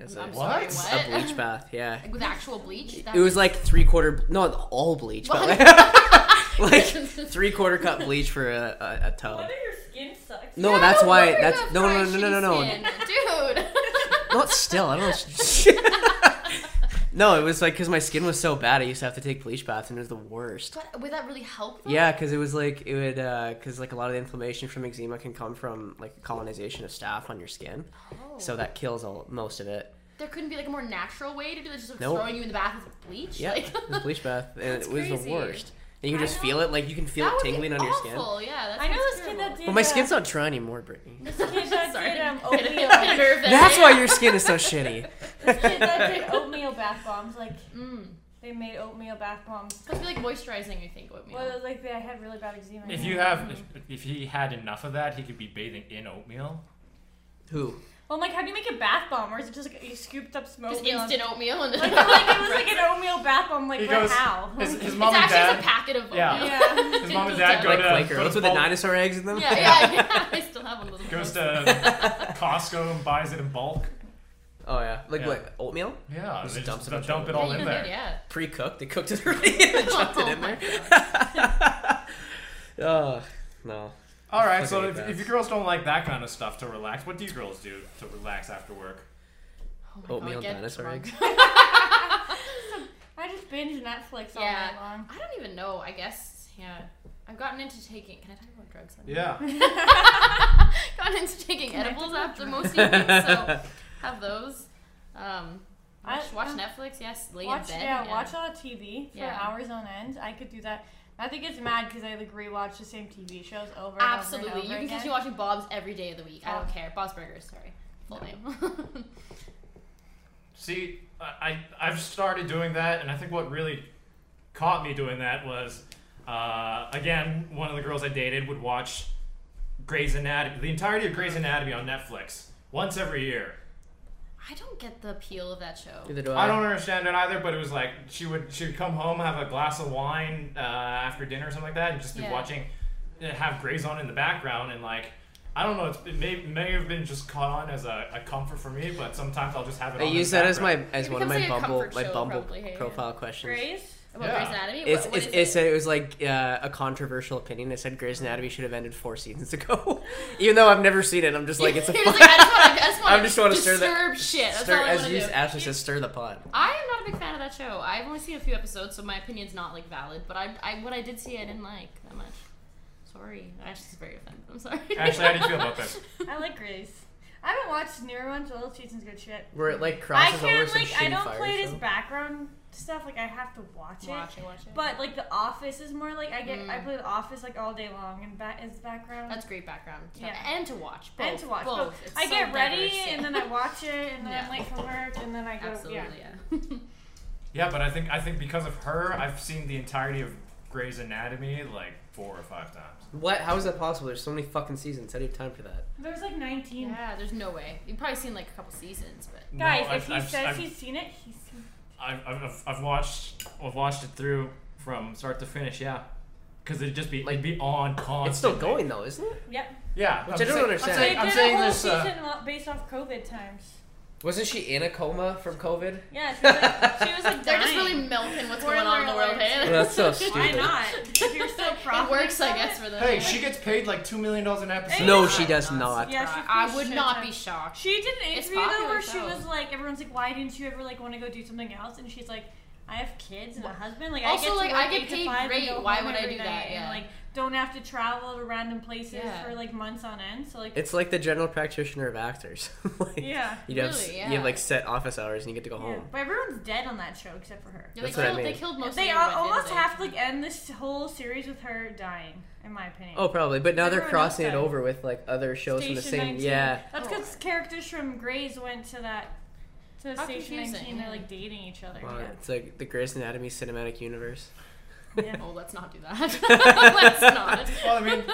Speaker 3: As a,
Speaker 1: I'm
Speaker 4: What?
Speaker 1: sorry,
Speaker 3: a
Speaker 1: what?
Speaker 3: bleach bath, yeah.
Speaker 1: Like, with actual bleach? That
Speaker 3: It was like three quarter, not all bleach, but
Speaker 1: What?
Speaker 3: like, like three quarter cup bleach for a, a, a tub.
Speaker 2: your skin sucks.
Speaker 3: No,
Speaker 1: Yeah,
Speaker 3: that's
Speaker 1: no
Speaker 3: why.
Speaker 1: wonder you
Speaker 3: That's
Speaker 1: have
Speaker 3: no, no,
Speaker 1: fried
Speaker 3: no, no, no,
Speaker 1: shitty
Speaker 3: no.
Speaker 1: skin. Dude.
Speaker 3: Not still. I don't. know. no, it was like because my skin was so bad. I used to have to take bleach baths, and it was the worst.
Speaker 1: But would that really help? Though?
Speaker 3: Yeah, because it was like it would because like a lot of the inflammation from eczema can come from like colonization of staph on your skin,
Speaker 1: Oh.
Speaker 3: so that kills all most of it.
Speaker 1: there couldn't be like a more natural way to do it, just like,
Speaker 3: Nope.
Speaker 1: throwing you in the bath with bleach.
Speaker 3: Yeah,
Speaker 1: Like,
Speaker 3: it was bleach bath, and
Speaker 1: That's
Speaker 3: it was
Speaker 1: crazy.
Speaker 3: the worst. And you can
Speaker 1: I
Speaker 3: just
Speaker 1: know.
Speaker 3: feel it, like you can feel
Speaker 1: that
Speaker 3: it
Speaker 1: would
Speaker 3: tingling
Speaker 1: be
Speaker 3: on your skin.
Speaker 1: awful. Yeah, that's
Speaker 2: I know this kid that did.
Speaker 3: Well, my
Speaker 2: uh,
Speaker 3: skin's not trying anymore, Brittany.
Speaker 2: This kid that
Speaker 1: Sorry.
Speaker 2: did um,
Speaker 1: Bit of-
Speaker 2: oatmeal.
Speaker 1: bit of nerve
Speaker 3: That's
Speaker 1: there.
Speaker 3: why your skin is so shitty.
Speaker 2: this kid that did oatmeal bath bombs. Like
Speaker 1: Mm.
Speaker 2: they made oatmeal bath bombs.
Speaker 1: It's like moisturizing. I think oatmeal.
Speaker 2: Well, like they had really bad eczema.
Speaker 4: If you have, if, if he had enough of that, he could be bathing in oatmeal.
Speaker 3: Who?
Speaker 2: Well, I'm like, how do you make a bath bomb? Or is it just like you scooped up smoke?
Speaker 1: just instant oatmeal and
Speaker 2: Like, like, it was like an oatmeal bath bomb. Like,
Speaker 4: He
Speaker 2: but
Speaker 4: goes-
Speaker 2: how?
Speaker 4: His, his
Speaker 1: it's
Speaker 4: mom and
Speaker 1: actually
Speaker 4: dad.
Speaker 1: just a packet of oatmeal.
Speaker 4: Yeah.
Speaker 2: Yeah.
Speaker 4: His mom and
Speaker 1: Just
Speaker 4: dad
Speaker 1: a-
Speaker 4: go
Speaker 3: Like
Speaker 4: to-
Speaker 3: Quaker
Speaker 4: go to
Speaker 3: oats with the
Speaker 4: Bol-
Speaker 3: dinosaur eggs in them?
Speaker 1: Yeah, yeah, yeah. I still have one of those.
Speaker 4: Goes to Costco and buys it in bulk.
Speaker 3: Oh yeah, like
Speaker 4: Yeah.
Speaker 3: what? Oatmeal?
Speaker 4: Yeah,
Speaker 3: Just
Speaker 4: they
Speaker 3: dumps
Speaker 4: just
Speaker 3: it on
Speaker 4: dump it
Speaker 1: yeah,
Speaker 4: all
Speaker 1: you
Speaker 4: in
Speaker 1: did,
Speaker 4: there.
Speaker 1: Yeah.
Speaker 3: Pre-cooked. They cooked it already and then chucked it
Speaker 1: Oh
Speaker 3: in
Speaker 1: my
Speaker 3: there.
Speaker 1: God.
Speaker 3: oh no.
Speaker 4: All right, so
Speaker 3: Fucking
Speaker 4: if,
Speaker 3: hate
Speaker 4: if
Speaker 3: that.
Speaker 4: you girls don't like that kind of stuff to relax, what do you girls do to relax after work?
Speaker 1: Oh my God,
Speaker 3: Oatmeal
Speaker 1: get
Speaker 3: dinosaur
Speaker 1: drunk.
Speaker 3: eggs.
Speaker 2: I just binge Netflix all
Speaker 1: Yeah.
Speaker 2: night long.
Speaker 1: I don't even know. I guess. Yeah. I've gotten into taking. Can I talk about drugs? on here?
Speaker 4: Yeah.
Speaker 1: gotten into taking
Speaker 2: Can I
Speaker 1: edibles
Speaker 2: talk
Speaker 1: after most evenings, so have those. Um,
Speaker 2: I-
Speaker 1: watch, watch
Speaker 2: um,
Speaker 1: Netflix, yes, lay
Speaker 2: watch,
Speaker 1: in bed.
Speaker 2: yeah, watch all TV for
Speaker 1: Yeah.
Speaker 2: hours on end. I could do that. I think it's mad because I like rewatch the same TV shows over. and
Speaker 1: Absolutely,
Speaker 2: over and
Speaker 1: you
Speaker 2: over
Speaker 1: can
Speaker 2: again. Oh.
Speaker 1: catch me watching Bob's every day of the week. I don't
Speaker 2: Bob.
Speaker 1: care. Bob's Burgers, sorry, full name.
Speaker 4: See, I, I I've started doing that, and I think what really caught me doing that was, uh, again, one of the girls I dated would watch Grey's Anatomy, the entirety of Grey's Anatomy on Netflix once every year.
Speaker 1: I don't get the appeal of that show.
Speaker 3: Neither do I.
Speaker 4: I don't understand it either, but it was like she would she would come home, have a glass of wine uh, after dinner or something like that, and just be
Speaker 1: Yeah.
Speaker 4: watching, uh, have Grey's on in the background, and like. I don't know. It's, it may, may have been just caught on as a, a comfort for me, but sometimes I'll just have it.
Speaker 3: I
Speaker 4: on in
Speaker 3: use
Speaker 4: the
Speaker 3: that as
Speaker 4: background.
Speaker 3: my as
Speaker 1: It
Speaker 3: one of my
Speaker 1: becomes like a comfort
Speaker 3: Bumble my
Speaker 1: show,
Speaker 3: Bumble
Speaker 1: probably, hey,
Speaker 3: profile questions.
Speaker 2: Grace.
Speaker 1: About
Speaker 4: Yeah.
Speaker 1: Grey's Anatomy,
Speaker 3: It's,
Speaker 1: what, what
Speaker 3: it's,
Speaker 1: is
Speaker 3: it,
Speaker 1: it?
Speaker 3: said it was like uh, a controversial opinion. It said Grey's Anatomy should have ended four seasons ago, even though I've never seen it. I'm just like it's a
Speaker 1: He was
Speaker 3: fun-
Speaker 1: like, I just want to, I just want
Speaker 3: I'm just wanna
Speaker 1: to
Speaker 3: stir the-
Speaker 1: disturb shit. That's
Speaker 3: stir,
Speaker 1: all I
Speaker 3: as
Speaker 1: want
Speaker 3: you
Speaker 1: to do.
Speaker 3: Ashley says, stir the pot.
Speaker 1: I am not a big fan of that show. I've only seen a few episodes, so my opinion's not like valid. But I, I what I did see, I didn't like that much. Sorry, Ashley's very offended. I'm sorry.
Speaker 4: Ashley, how do you feel about this?
Speaker 2: I like Grace. I haven't watched the newer ones. The old season's good shit.
Speaker 3: Where it like
Speaker 2: I
Speaker 3: crosses over
Speaker 2: can't
Speaker 3: some
Speaker 2: like. I
Speaker 3: shitty
Speaker 2: don't
Speaker 3: fire
Speaker 2: play it as
Speaker 3: show.
Speaker 2: background stuff. Like I have to watch it.
Speaker 1: watch it, watch it.
Speaker 2: But like The Office is more like I get. I
Speaker 1: Mm.
Speaker 2: play The Office like all day long and that is background.
Speaker 1: That's great background. stuff.
Speaker 2: Yeah.
Speaker 1: And to watch. Both.
Speaker 2: and to watch.
Speaker 1: Both.
Speaker 2: Both.
Speaker 1: It's
Speaker 2: I
Speaker 1: so
Speaker 2: get ready
Speaker 1: diverse, yeah.
Speaker 2: and then I watch it and then
Speaker 1: Yeah.
Speaker 2: I'm late for work and then I go.
Speaker 1: Absolutely,
Speaker 2: Yeah.
Speaker 1: yeah.
Speaker 4: Yeah, but I think I think because of her, I've seen the entirety of Grey's Anatomy like four or five times.
Speaker 3: What? How is that possible? There's so many fucking seasons. How do you have time for that?
Speaker 2: There's like 19.
Speaker 1: yeah, there's no way. You've probably seen like a couple seasons, but.
Speaker 2: Guys,
Speaker 4: No,
Speaker 2: if he
Speaker 4: I've,
Speaker 2: says
Speaker 4: I've,
Speaker 2: he's seen it, he's seen it.
Speaker 4: I've, I've, I've, I've watched I've watched it through from start to finish. Yeah, because it'd just be like be on constantly.
Speaker 3: It's still going though, isn't it?
Speaker 2: Yep.
Speaker 4: Yeah,
Speaker 3: Which
Speaker 4: I'm
Speaker 3: I don't
Speaker 4: saying-
Speaker 3: understand.
Speaker 4: I'm saying,
Speaker 2: they
Speaker 4: I'm
Speaker 2: did
Speaker 4: saying
Speaker 2: a whole
Speaker 4: this. Uh,
Speaker 2: season lo- based off COVID times.
Speaker 3: Wasn't she in a coma from COVID?
Speaker 2: Yeah, she was like, she was like
Speaker 1: They're just
Speaker 2: dying.
Speaker 1: really milking what's
Speaker 2: Spoiler
Speaker 1: going on in the world,
Speaker 2: alert.
Speaker 1: hey?
Speaker 3: That's so stupid.
Speaker 2: Why not? If you're still
Speaker 1: It
Speaker 2: profiting
Speaker 1: works, I
Speaker 2: from
Speaker 1: guess,
Speaker 2: it.
Speaker 1: for them.
Speaker 4: hey, she gets paid like two million dollars an episode.
Speaker 3: No,
Speaker 1: I'm
Speaker 3: Oh, she
Speaker 1: not
Speaker 3: does not.
Speaker 2: Yeah, she's
Speaker 1: surprised.
Speaker 2: pretty
Speaker 1: I would
Speaker 2: shit
Speaker 1: not
Speaker 2: ton.
Speaker 1: be shocked.
Speaker 2: She did an
Speaker 1: It's
Speaker 2: interview though
Speaker 1: popular
Speaker 2: where she
Speaker 1: though.
Speaker 2: was like, everyone's like, why didn't you ever like want to go do something else? And she's like, I have kids and a husband. Like
Speaker 1: Also,
Speaker 2: I get to
Speaker 1: like,
Speaker 2: work
Speaker 1: I get
Speaker 2: eight to
Speaker 1: paid
Speaker 2: five and
Speaker 1: great.
Speaker 2: go
Speaker 1: Why
Speaker 2: home
Speaker 1: would I
Speaker 2: every
Speaker 1: do
Speaker 2: night
Speaker 1: that? Yeah.
Speaker 2: And, like don't have to travel to random places
Speaker 1: Yeah.
Speaker 2: for like months on end. So like
Speaker 3: It's like the general practitioner of actors. like,
Speaker 2: yeah.
Speaker 3: You have
Speaker 1: Really,
Speaker 3: you
Speaker 1: yeah.
Speaker 3: have like set office hours and you get to go home.
Speaker 2: Yeah. But everyone's dead on that show except for her.
Speaker 1: Yeah,
Speaker 3: That's
Speaker 1: they,
Speaker 3: what I
Speaker 1: killed, they
Speaker 3: mean.
Speaker 1: killed most
Speaker 2: they
Speaker 1: of
Speaker 2: al-
Speaker 1: everyone, didn't
Speaker 2: almost
Speaker 1: they?
Speaker 2: have to like end this whole series with her dying, in my opinion.
Speaker 3: Oh, probably. But now they're
Speaker 2: Everyone else
Speaker 3: crossing it
Speaker 2: died.
Speaker 3: over with like other shows
Speaker 2: Station
Speaker 3: from the same.
Speaker 2: 19.
Speaker 3: Yeah.
Speaker 2: That's
Speaker 1: Oh.
Speaker 2: because characters from Grey's went to that to
Speaker 1: How
Speaker 2: Station
Speaker 1: confusing.
Speaker 2: 19. They're like dating each other.
Speaker 3: Wow,
Speaker 2: yeah.
Speaker 3: It's like the Grey's Anatomy cinematic universe.
Speaker 2: Yeah.
Speaker 1: Oh, let's not do that. let's not.
Speaker 4: Well, I mean,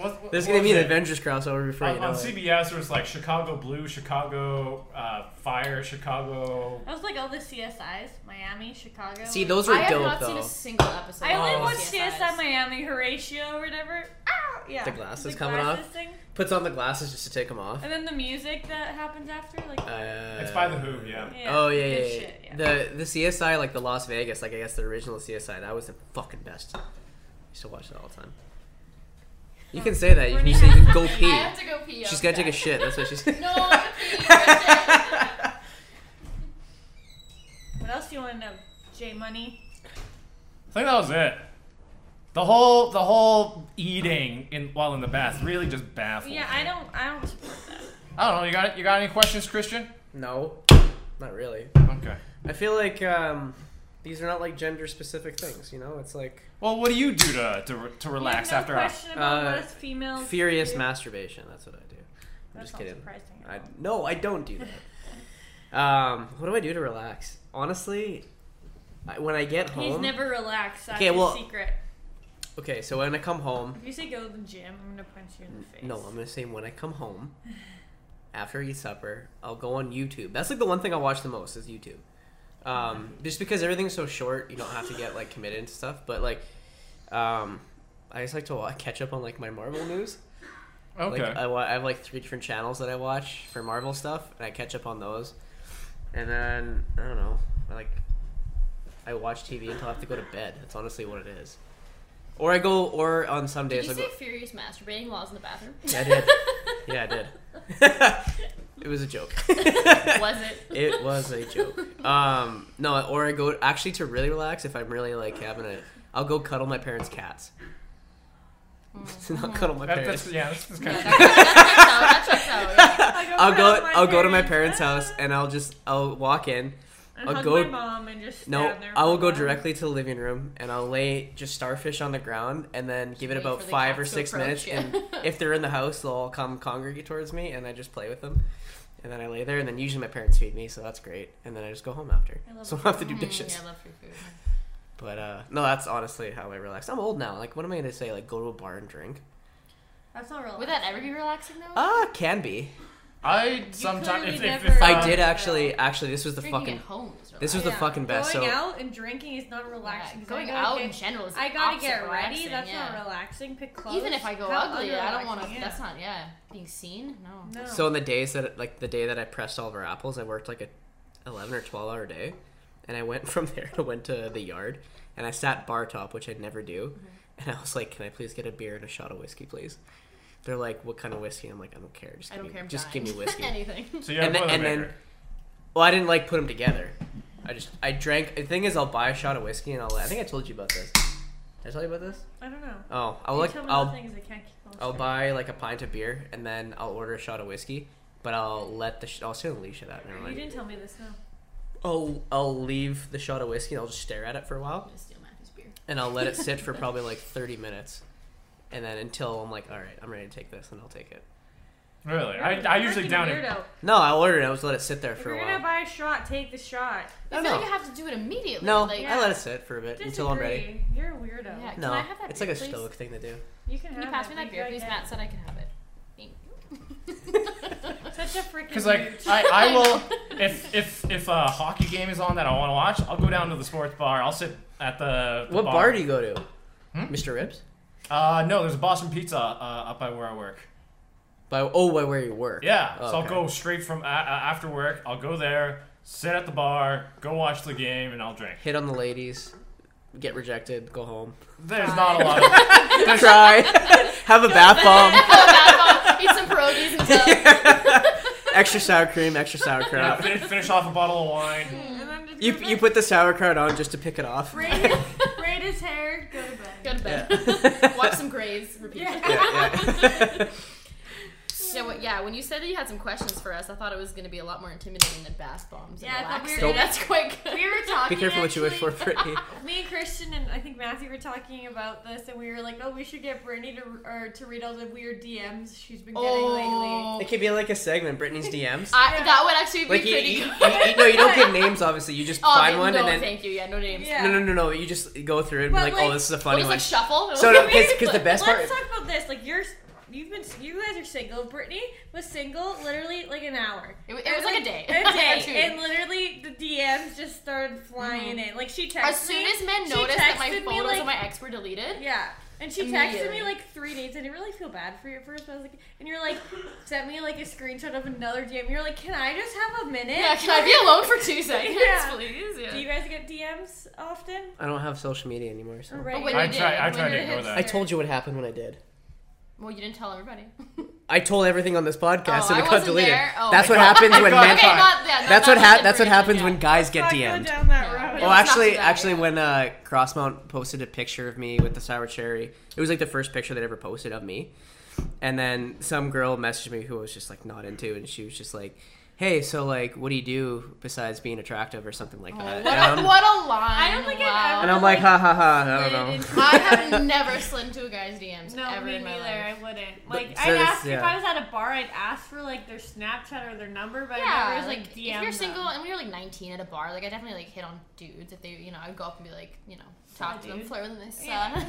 Speaker 4: what, what,
Speaker 3: There's
Speaker 4: what
Speaker 3: gonna be an
Speaker 4: was it?
Speaker 3: Avengers crossover before
Speaker 4: on,
Speaker 3: you know
Speaker 4: on
Speaker 3: it.
Speaker 4: CBS. There was like Chicago Blue, Chicago uh, Fire, Chicago.
Speaker 2: That was like all the CSIs, Miami, Chicago.
Speaker 3: See,
Speaker 2: like-
Speaker 3: those
Speaker 1: I
Speaker 3: are
Speaker 1: have
Speaker 3: dope
Speaker 1: not seen
Speaker 3: though.
Speaker 1: a
Speaker 3: Oh,
Speaker 1: single episode.
Speaker 2: I only
Speaker 1: of
Speaker 2: watched
Speaker 1: CSIs.
Speaker 2: CSI Miami, Horatio or whatever. Ah, yeah.
Speaker 3: The glasses coming
Speaker 2: glasses
Speaker 3: off?
Speaker 2: Thing.
Speaker 3: Puts on the glasses just to take them off.
Speaker 2: And then the music that happens after, like
Speaker 3: Uh,
Speaker 4: It's by The Who, yeah.
Speaker 2: Yeah,
Speaker 3: oh yeah, yeah,
Speaker 2: good
Speaker 3: yeah.
Speaker 2: shit, yeah.
Speaker 3: The the CSI like the Las Vegas, like I guess the original CSI, that was the fucking best. I used to watch that all the time. You can say that. You can,
Speaker 2: Renee
Speaker 3: you say you can go
Speaker 1: I
Speaker 3: pee.
Speaker 1: have to go pee.
Speaker 3: She's
Speaker 1: I'm
Speaker 3: gotta take a
Speaker 1: back.
Speaker 3: shit. That's what she's.
Speaker 1: No, I'm pee. Right there.
Speaker 2: what else do you want to know? J Money.
Speaker 4: I think that was it. The whole the whole eating in while in the bath really just baffled.
Speaker 2: Yeah, I don't, I don't support that.
Speaker 4: I don't know. You got you got any questions, Christian?
Speaker 3: no, not really.
Speaker 4: Okay.
Speaker 3: I feel like um, these are not like gender specific things. You know, it's like
Speaker 4: Well, what do you do to to, to relax
Speaker 2: you have
Speaker 4: after
Speaker 2: no
Speaker 4: hours?
Speaker 2: question about
Speaker 3: Uh,
Speaker 2: what us females.
Speaker 3: furious
Speaker 2: do?
Speaker 3: masturbation. That's what I do. I'm
Speaker 2: That's
Speaker 3: just
Speaker 2: not
Speaker 3: kidding.
Speaker 2: surprising at
Speaker 3: I,
Speaker 2: all.
Speaker 3: no, I don't do that. um, what do I do to relax? Honestly, I, when I get home.
Speaker 2: He's never relaxed. That's
Speaker 3: Okay,
Speaker 2: okay,
Speaker 3: well-
Speaker 2: secret.
Speaker 3: Okay, so when I come home,
Speaker 2: If you say go to the gym, I'm gonna punch you in the face.
Speaker 3: no, I'm gonna say when I come home, after I eat supper, I'll go on YouTube. That's like the one thing I watch the most is YouTube. Um, just because everything's so short, you don't have to get like committed and stuff. But like, um, I just like to wa- catch up on like my Marvel news.
Speaker 4: Okay.
Speaker 3: Like, uh, I, wa- I have like three different channels that I watch for Marvel stuff, and I catch up on those. And then I don't know, I, like I watch TV until I have to go to bed. That's honestly what it is. Or I go, or on some
Speaker 1: Did
Speaker 3: days
Speaker 1: you
Speaker 3: I go.
Speaker 1: say furious masturbating while I was in the bathroom?
Speaker 3: Yeah, I did. Yeah, I did. it was a joke.
Speaker 1: was it?
Speaker 3: It was a joke. Um, no, or I go actually to really relax if I'm really like having a. I'll go cuddle my parents' cats. Not cuddle my
Speaker 4: That-
Speaker 3: parents.
Speaker 4: that's, yeah, that's, that's kind of.
Speaker 1: That, that checks out. That checks out. yeah.
Speaker 3: I'll go. I'll go to my parents' house and I'll just. I'll walk in.
Speaker 2: And
Speaker 3: I'll
Speaker 2: hug
Speaker 3: go-
Speaker 2: my mom and just
Speaker 3: No,
Speaker 2: stab there
Speaker 3: I
Speaker 2: for
Speaker 3: will
Speaker 2: a
Speaker 3: go
Speaker 2: while.
Speaker 3: directly to the living room and I'll lay just starfish on the ground and then give it
Speaker 1: Wait
Speaker 3: about
Speaker 1: for the
Speaker 3: five or
Speaker 1: cats to
Speaker 3: six minutes.
Speaker 1: approach,
Speaker 3: And
Speaker 1: yeah.
Speaker 3: if they're in the house, they'll all come congregate towards me and I just play with them. And then I lay there and then usually my parents feed me, so that's great. And then I just go home after.
Speaker 2: I love
Speaker 3: So I
Speaker 2: you.
Speaker 3: don't have to do
Speaker 1: Mm,
Speaker 3: dishes.
Speaker 1: yeah, I love free food.
Speaker 3: But uh, no, that's honestly how I relax. I'm old now. Like, what am I gonna say? Like, go to a bar and drink?
Speaker 2: That's not real.
Speaker 1: Would that ever be relaxing though?
Speaker 3: Ah, can be.
Speaker 4: I sometimes
Speaker 2: clearly
Speaker 4: if, if,
Speaker 2: never-
Speaker 4: if, uh,
Speaker 3: I did actually. Actually, this was the
Speaker 1: Drinking
Speaker 3: fucking.
Speaker 1: at home is relaxing.
Speaker 3: This was the
Speaker 2: Yeah.
Speaker 3: fucking best.
Speaker 2: Going
Speaker 3: So
Speaker 2: out and drinking is not relaxing.
Speaker 1: Yeah,
Speaker 2: So
Speaker 1: going
Speaker 2: I gotta
Speaker 1: out
Speaker 2: get-
Speaker 1: in general is
Speaker 2: I gotta
Speaker 1: opposite
Speaker 2: get ready.
Speaker 1: relaxing,
Speaker 2: That's
Speaker 1: yeah.
Speaker 2: not relaxing. Pick clothes.
Speaker 1: Even if I go
Speaker 2: How
Speaker 1: ugly, I don't
Speaker 2: unrelaxing,
Speaker 1: want to.
Speaker 2: yeah.
Speaker 1: That's not. Yeah, being seen. No.
Speaker 2: No.
Speaker 3: so in the days that like the day that I pressed all of our apples, I worked like a eleven or twelve hour day, and I went from there to went to the yard, and I sat bar top, which I never do,
Speaker 2: Mm-hmm.
Speaker 3: and I was like, "Can I please get a beer and a shot of whiskey, please?" They're like, "What kind of whiskey?" I'm like, "I don't care. Just
Speaker 1: I
Speaker 3: give
Speaker 1: don't
Speaker 3: me,
Speaker 1: care. I'm
Speaker 3: just
Speaker 1: dying.
Speaker 3: give me whiskey."
Speaker 1: Anything.
Speaker 4: so you have
Speaker 3: and then- and then-
Speaker 4: Boilermaker.
Speaker 3: Well, I didn't like put them together. I just I drank. The thing is, I'll buy a shot of whiskey and I'll. I think I told you about this. Did I tell you about this?
Speaker 2: I don't know.
Speaker 3: Oh, I'll
Speaker 2: You
Speaker 3: like
Speaker 2: tell me the
Speaker 3: I'll
Speaker 2: things I can't keep on
Speaker 3: I'll
Speaker 2: straight.
Speaker 3: buy like a pint of beer and then I'll order a shot of whiskey. But I'll let the sh- I'll still leash of that. Never
Speaker 2: You
Speaker 3: mind.
Speaker 2: didn't tell me this. No.
Speaker 3: I'll I'll leave the shot of whiskey and I'll just stare at it for a
Speaker 1: I'm
Speaker 3: while
Speaker 1: gonna steal Matthew's beer.
Speaker 3: and I'll let it sit for probably like thirty minutes, and then until I'm like, all right, I'm ready to take this, and I'll take it.
Speaker 4: Really,
Speaker 2: You're
Speaker 4: I, I
Speaker 2: a
Speaker 4: usually
Speaker 2: freaking
Speaker 4: down it.
Speaker 2: weirdo.
Speaker 3: No, I ordered it. I just let it sit there
Speaker 2: If
Speaker 3: for
Speaker 2: you're
Speaker 3: a
Speaker 2: gonna
Speaker 3: while.
Speaker 2: buy a shot, take the shot.
Speaker 1: I
Speaker 3: I
Speaker 1: feel like
Speaker 3: don't
Speaker 1: you
Speaker 3: know.
Speaker 1: have to do it immediately.
Speaker 3: Oh, No,
Speaker 1: like, "Oh,
Speaker 3: I let it sit for a bit
Speaker 2: Disagree.
Speaker 3: until I'm ready.
Speaker 2: You're a weirdo.
Speaker 1: Yeah. Can
Speaker 3: No,
Speaker 1: I have that
Speaker 3: it's like a
Speaker 1: beer, please?
Speaker 3: stoic thing to do.
Speaker 2: You can,
Speaker 1: Can you
Speaker 2: have
Speaker 1: pass
Speaker 2: it,
Speaker 1: me
Speaker 2: but
Speaker 1: that
Speaker 2: you
Speaker 1: beer,
Speaker 2: gotta
Speaker 1: please?
Speaker 2: get-
Speaker 1: Matt said I could have it. Thank
Speaker 2: Such a freaking.
Speaker 4: Because like I, I will if if if a hockey game is on that I want to watch, I'll go down to the sports bar. I'll sit at the, the
Speaker 3: What bar do you go to?
Speaker 4: Hmm?
Speaker 3: Mr. Ribs?
Speaker 4: Uh, no, there's a Boston Pizza uh, up by where I work.
Speaker 3: By oh, by where you work?
Speaker 4: Yeah,
Speaker 3: Oh,
Speaker 4: so I'll
Speaker 3: okay.
Speaker 4: go straight from uh, after work. I'll go there, sit at the bar, go watch the game, and I'll drink.
Speaker 3: Hit on the ladies, get rejected, go home,
Speaker 4: There's not a lot of
Speaker 3: cry, have a bath bomb,
Speaker 1: Eat some pierogies and stuff.
Speaker 3: extra sour cream, extra sauerkraut.
Speaker 4: finish, finish off a bottle of wine.
Speaker 2: And then just
Speaker 3: You you put the sauerkraut on just to pick it off.
Speaker 2: braid, his, braid his hair, go to bed.
Speaker 1: Go to bed.
Speaker 3: Yeah.
Speaker 1: Watch some Grays. Repeat.
Speaker 2: Yeah.
Speaker 3: Yeah, yeah.
Speaker 1: So what- yeah, when you said that you had some questions for us, I thought it was going to be a lot more intimidating than bath bombs.
Speaker 2: Yeah, I
Speaker 1: and
Speaker 2: thought we were
Speaker 1: relaxing.
Speaker 2: gonna-
Speaker 1: That's quite good.
Speaker 2: We were talking.
Speaker 3: Be careful what you wish for,
Speaker 2: actually-
Speaker 3: Brittany.
Speaker 2: Me and Christian and I think Matthew were talking about this, and we were like, "Oh, we should get Brittany to or to read all the weird DMs she's been getting
Speaker 1: Oh.
Speaker 3: It could be like a segment, Brittany's DMs.
Speaker 1: I,
Speaker 2: Yeah.
Speaker 1: that would actually be
Speaker 3: Like you,
Speaker 1: pretty
Speaker 3: you, you,
Speaker 1: good.
Speaker 3: you- no, you don't give names. Obviously, you just
Speaker 1: Oh,
Speaker 3: find
Speaker 1: they-
Speaker 3: one
Speaker 1: no,
Speaker 3: and then
Speaker 1: thank you. Yeah, no names.
Speaker 2: Yeah.
Speaker 3: no, no, no, no. You just go through it and
Speaker 2: But,
Speaker 3: be like,
Speaker 2: like,
Speaker 3: oh, this is a
Speaker 1: We'll
Speaker 3: funny
Speaker 1: just
Speaker 3: one.
Speaker 1: like shuffle.
Speaker 3: So no, because the
Speaker 1: But-
Speaker 3: best part.
Speaker 2: Let's talk about this. Like you're, you've been, you guys are single. Brittany was single literally like an hour.
Speaker 1: It, wa- it was like a day.
Speaker 2: A day,
Speaker 1: Two. Mm-hmm.
Speaker 2: and literally the DMs just started flying in. Like she texted
Speaker 1: as soon
Speaker 2: me.
Speaker 1: as men
Speaker 2: she
Speaker 1: noticed that my
Speaker 2: texted me,
Speaker 1: photos
Speaker 2: like-
Speaker 1: of my ex were deleted,
Speaker 2: Yeah. And she texted
Speaker 1: Immediately.
Speaker 2: me like three dates. I didn't really feel bad for you at first, but I was like, and you're like, sent me like a screenshot of another DM. You're like, can I just have a minute?
Speaker 1: yeah, can I be alone for two seconds,
Speaker 2: Yeah.
Speaker 1: please? Yeah.
Speaker 2: Do you guys get DMs often?
Speaker 3: I don't have social media anymore, so.
Speaker 2: Or
Speaker 1: But
Speaker 2: regular?
Speaker 1: when
Speaker 4: I
Speaker 1: you did,
Speaker 4: try- I
Speaker 1: when
Speaker 4: try to
Speaker 1: you're a
Speaker 4: ignore that.
Speaker 1: hipster-
Speaker 3: I told you what happened when I did.
Speaker 1: Well, you didn't tell everybody.
Speaker 3: I told everything on this podcast
Speaker 1: Oh,
Speaker 3: and
Speaker 1: I
Speaker 3: it got
Speaker 1: wasn't
Speaker 3: deleted.
Speaker 1: there. Oh,
Speaker 3: that's
Speaker 1: I
Speaker 3: what
Speaker 4: got-
Speaker 3: happens
Speaker 4: I
Speaker 3: when
Speaker 4: got-
Speaker 3: men
Speaker 4: Okay,
Speaker 3: talk.
Speaker 1: not yeah, no,
Speaker 3: that's what
Speaker 1: not
Speaker 3: ha-
Speaker 1: the
Speaker 3: that's what
Speaker 1: information,
Speaker 3: happens
Speaker 1: yeah.
Speaker 3: when guys
Speaker 2: Let's
Speaker 3: get
Speaker 2: not go
Speaker 3: DM'd.
Speaker 2: down that
Speaker 1: Yeah.
Speaker 2: road.
Speaker 1: Well,
Speaker 3: Well,
Speaker 1: Let's not
Speaker 3: actually,
Speaker 1: do that,
Speaker 3: actually,
Speaker 1: yeah.
Speaker 3: when uh, Crossmount posted a picture of me with the sour cherry, it was like the first picture that ever posted of me. And then some girl messaged me who I was just like not into, and she was just like, "Hey, so like, what do you do besides being attractive or something like that?"
Speaker 1: Oh, What
Speaker 3: And
Speaker 1: a,
Speaker 3: I'm,
Speaker 1: what a line!
Speaker 2: I don't think I've
Speaker 1: wow.
Speaker 2: ever-
Speaker 3: and I'm like, "Ha ha ha!" I
Speaker 2: Slid
Speaker 3: don't know.
Speaker 2: into-
Speaker 1: I have never slid into a guy's DMs
Speaker 2: No,
Speaker 1: ever
Speaker 2: me
Speaker 1: in my
Speaker 2: neither.
Speaker 1: life.
Speaker 2: I wouldn't. Like,
Speaker 3: so
Speaker 2: I'd
Speaker 3: this-
Speaker 2: ask if
Speaker 3: yeah.
Speaker 2: I was at a bar, I'd ask for like their Snapchat or their number, but I
Speaker 1: Yeah,
Speaker 2: never was
Speaker 1: like
Speaker 2: like,
Speaker 1: if
Speaker 2: DM.
Speaker 1: you're
Speaker 2: them.
Speaker 1: single and we were like 19 at a bar, like I definitely like hit on dudes if they, you know, I'd go up and be like, you know, talk
Speaker 2: Hi,
Speaker 1: to them,
Speaker 2: dude.
Speaker 1: flirt with them, say,
Speaker 2: Yeah.
Speaker 1: "Uh,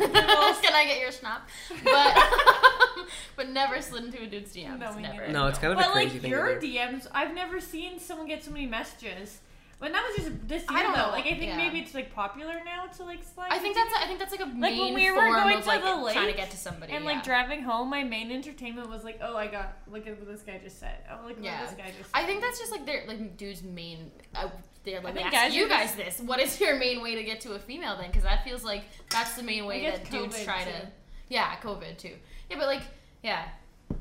Speaker 1: can I get your snap? But but never slid into a dude's DMs,
Speaker 2: No, we
Speaker 1: never.
Speaker 2: never.
Speaker 3: No, it's kind of a
Speaker 2: But
Speaker 3: crazy
Speaker 2: like
Speaker 3: thing.
Speaker 2: your
Speaker 3: to do.
Speaker 2: DMs, I've never seen someone get so many messages. But that was just this year
Speaker 1: I don't
Speaker 2: though.
Speaker 1: know,
Speaker 2: Like I think
Speaker 1: yeah.
Speaker 2: maybe it's like popular now to like slide.
Speaker 1: I think
Speaker 2: into
Speaker 1: that's I think that's like a main
Speaker 2: when we were
Speaker 1: form
Speaker 2: going
Speaker 1: of
Speaker 2: to
Speaker 1: like
Speaker 2: the lake
Speaker 1: trying to get to somebody
Speaker 2: And
Speaker 1: yeah.
Speaker 2: like driving home, my main entertainment was like, oh, I got look at what this guy just said. Oh, look at
Speaker 1: Yeah.
Speaker 2: what this guy just. Said.
Speaker 1: I think that's just like their like dudes' main. Uh, they're like,
Speaker 2: I think
Speaker 1: ask
Speaker 2: guys
Speaker 1: you
Speaker 2: are
Speaker 1: guys this.
Speaker 2: just-
Speaker 1: What is your main way to get to a female then? Because that feels like that's the main way
Speaker 2: guess
Speaker 1: that dudes
Speaker 2: COVID,
Speaker 1: try to.
Speaker 2: too.
Speaker 1: Yeah, COVID too. Yeah, but like, yeah,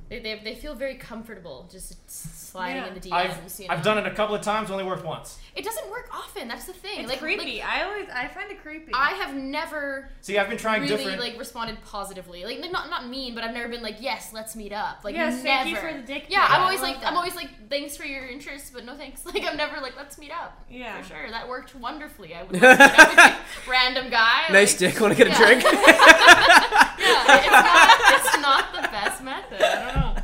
Speaker 1: they they, they feel very comfortable just s- sliding
Speaker 2: Yeah.
Speaker 1: in the DMs.
Speaker 4: I've,
Speaker 1: you know?
Speaker 4: I've done it a couple of times, only worked once.
Speaker 1: It doesn't work often. That's the thing.
Speaker 2: it's
Speaker 1: like
Speaker 2: creepy.
Speaker 1: like,
Speaker 2: I always I find it creepy.
Speaker 1: I have never
Speaker 4: See, I've been trying
Speaker 1: really
Speaker 4: different.
Speaker 1: like responded positively. Like not not mean, but I've never been like, yes, let's meet up. Like
Speaker 2: yes,
Speaker 1: never.
Speaker 2: thank you for the dick.
Speaker 1: Yeah,
Speaker 2: pic.
Speaker 1: I'm always
Speaker 2: I love
Speaker 1: like,
Speaker 2: that.
Speaker 1: I'm always like, thanks for your interest, but no thanks. Like, I'm never like, let's meet up.
Speaker 2: Yeah.
Speaker 1: for sure. That worked wonderfully. I would love to meet up with a random guy.
Speaker 3: Nice
Speaker 1: like,
Speaker 3: dick. Want to get a
Speaker 1: yeah.
Speaker 3: drink?
Speaker 1: Yeah, it's not, it's not the best method. I don't know.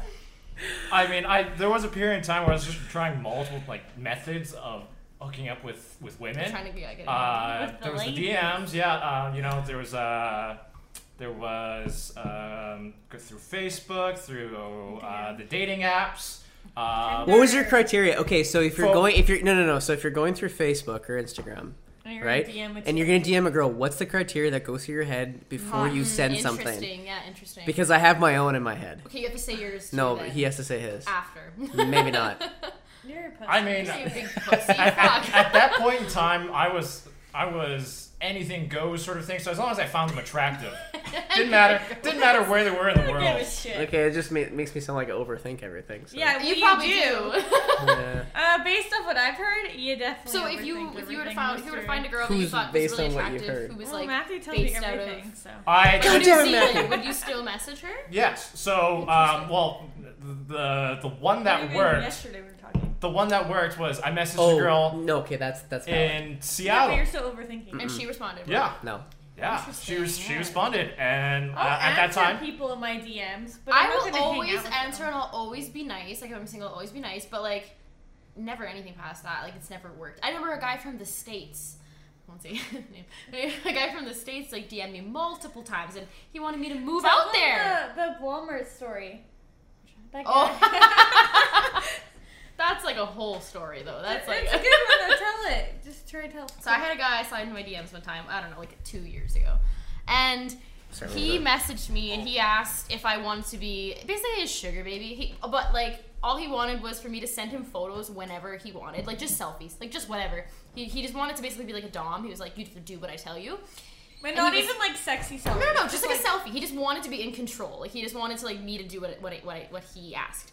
Speaker 4: I mean, I there was a period in time where I was just trying multiple like methods of hooking up with with women.
Speaker 1: trying to be like,
Speaker 4: Uh,
Speaker 2: With the
Speaker 4: there was the
Speaker 2: ladies.
Speaker 4: DMs, yeah. Um, you know, there was uh, there was um, go through Facebook, through uh, the dating apps. Uh,
Speaker 2: Tinder.
Speaker 3: what was your criteria? Okay, so if you're
Speaker 4: For-
Speaker 3: going, if you're no, no, no. So if you're going through Facebook or Instagram,
Speaker 2: and you're
Speaker 3: right?
Speaker 2: gonna DM with
Speaker 3: and you're gonna DM a girl. What's the criteria that goes through your head before you send
Speaker 1: Hmm, interesting.
Speaker 3: something?
Speaker 1: Yeah, interesting.
Speaker 3: Because I have my own in my head.
Speaker 1: okay, you have to say yours.
Speaker 3: No,
Speaker 1: too,
Speaker 3: but
Speaker 1: then.
Speaker 3: he has to say his.
Speaker 1: after.
Speaker 3: Maybe not.
Speaker 2: you're a pussy.
Speaker 4: I mean,
Speaker 1: You're a
Speaker 4: at,
Speaker 1: big pussy.
Speaker 4: at-
Speaker 1: Fuck.
Speaker 4: at that point in time, I was I was anything goes sort of thing. So as long as I found them attractive, didn't matter. Didn't matter where they were in the
Speaker 2: I don't give a
Speaker 4: world.
Speaker 2: shit.
Speaker 3: Okay, it just ma- makes me sound like I overthink everything. So.
Speaker 2: Yeah, well,
Speaker 1: You probably do.
Speaker 3: Yeah.
Speaker 2: Uh, based off what I've heard, you definitely.
Speaker 1: So if you
Speaker 2: overthink
Speaker 1: if you were to
Speaker 2: everything
Speaker 1: find
Speaker 2: most
Speaker 1: if you were to
Speaker 2: of
Speaker 1: find a
Speaker 2: it.
Speaker 1: girl that you
Speaker 3: Who's
Speaker 1: thought was
Speaker 3: based
Speaker 1: really
Speaker 3: on what you
Speaker 1: attractive,
Speaker 3: heard?
Speaker 1: who was
Speaker 4: Oh,
Speaker 2: well,
Speaker 1: like
Speaker 2: Matthew tells me
Speaker 1: based out of
Speaker 2: everything. So
Speaker 4: I
Speaker 1: New
Speaker 3: Damn it,
Speaker 1: Zealand,
Speaker 3: Matthew.
Speaker 1: would you still message her?
Speaker 4: yes. So um, well, the the one that
Speaker 2: Even
Speaker 4: worked,
Speaker 2: Yesterday we were talking.
Speaker 4: the one that worked was I messaged
Speaker 3: Oh
Speaker 4: a girl
Speaker 3: no. Okay, that's that's
Speaker 1: Eh.
Speaker 3: valid.
Speaker 4: in
Speaker 2: Yeah, but
Speaker 4: Seattle.
Speaker 2: you're still overthinking.
Speaker 1: And she responded. right?
Speaker 4: Yeah,
Speaker 3: No.
Speaker 4: yeah.
Speaker 1: Interesting,
Speaker 4: She was she
Speaker 1: yeah. Oh,
Speaker 4: responded, and uh,
Speaker 2: I'll
Speaker 4: at that
Speaker 2: Oh, answer
Speaker 4: time,
Speaker 2: people in my DMs, but I'm
Speaker 1: I will
Speaker 2: not gonna hang out
Speaker 1: always
Speaker 2: with
Speaker 1: answer
Speaker 2: them.
Speaker 1: and I'll always be nice. Like if I'm single, I'll always be nice, but like never anything past that. Like it's never worked. I remember a guy from the States. I won't say his name. A guy from the States like DM'd me multiple times and he wanted me to move
Speaker 2: Tell
Speaker 1: out
Speaker 2: them
Speaker 1: there.
Speaker 2: The, the Walmart story. That guy.
Speaker 1: Oh That's like a whole story though. That's like
Speaker 2: it's a good one. Though. Tell it. Just try to tell.
Speaker 1: So I had a guy slide into my DMs one time, I don't know, like two years ago. And
Speaker 3: Sorry,
Speaker 1: he
Speaker 3: what was
Speaker 1: messaged me and he asked if I wanted to be basically his sugar baby. He, but like all he wanted was for me to send him photos whenever he wanted, like just selfies, like just whatever. He, he just wanted to basically be like a dom. He was like, you have to do what I tell you.
Speaker 2: but
Speaker 1: and
Speaker 2: not
Speaker 1: he was-
Speaker 2: even like sexy self.
Speaker 1: No, no, no, just like a selfie. He just wanted to be in control. Like he just wanted to like me to do what what what, what he asked.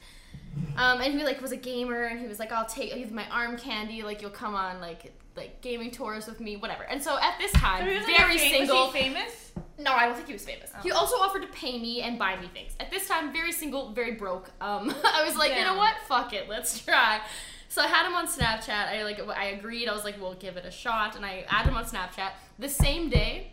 Speaker 1: Um, and he like was a gamer, and he was like, "I'll take he's my arm candy. Like you'll come on like like gaming tours with me, whatever." And so at this time,
Speaker 2: So he was like,
Speaker 1: very
Speaker 2: a fam-
Speaker 1: single.
Speaker 2: Was he Oh. famous?
Speaker 1: No, I don't think he was famous. He also offered to pay me and buy me things. At this time, very single, very broke. Um, I was like, you
Speaker 2: Damn.
Speaker 1: know what? Fuck it, let's try. So I had him on Snapchat. I like, I agreed. I was like, we'll give it a shot, and I added him on Snapchat. The same day,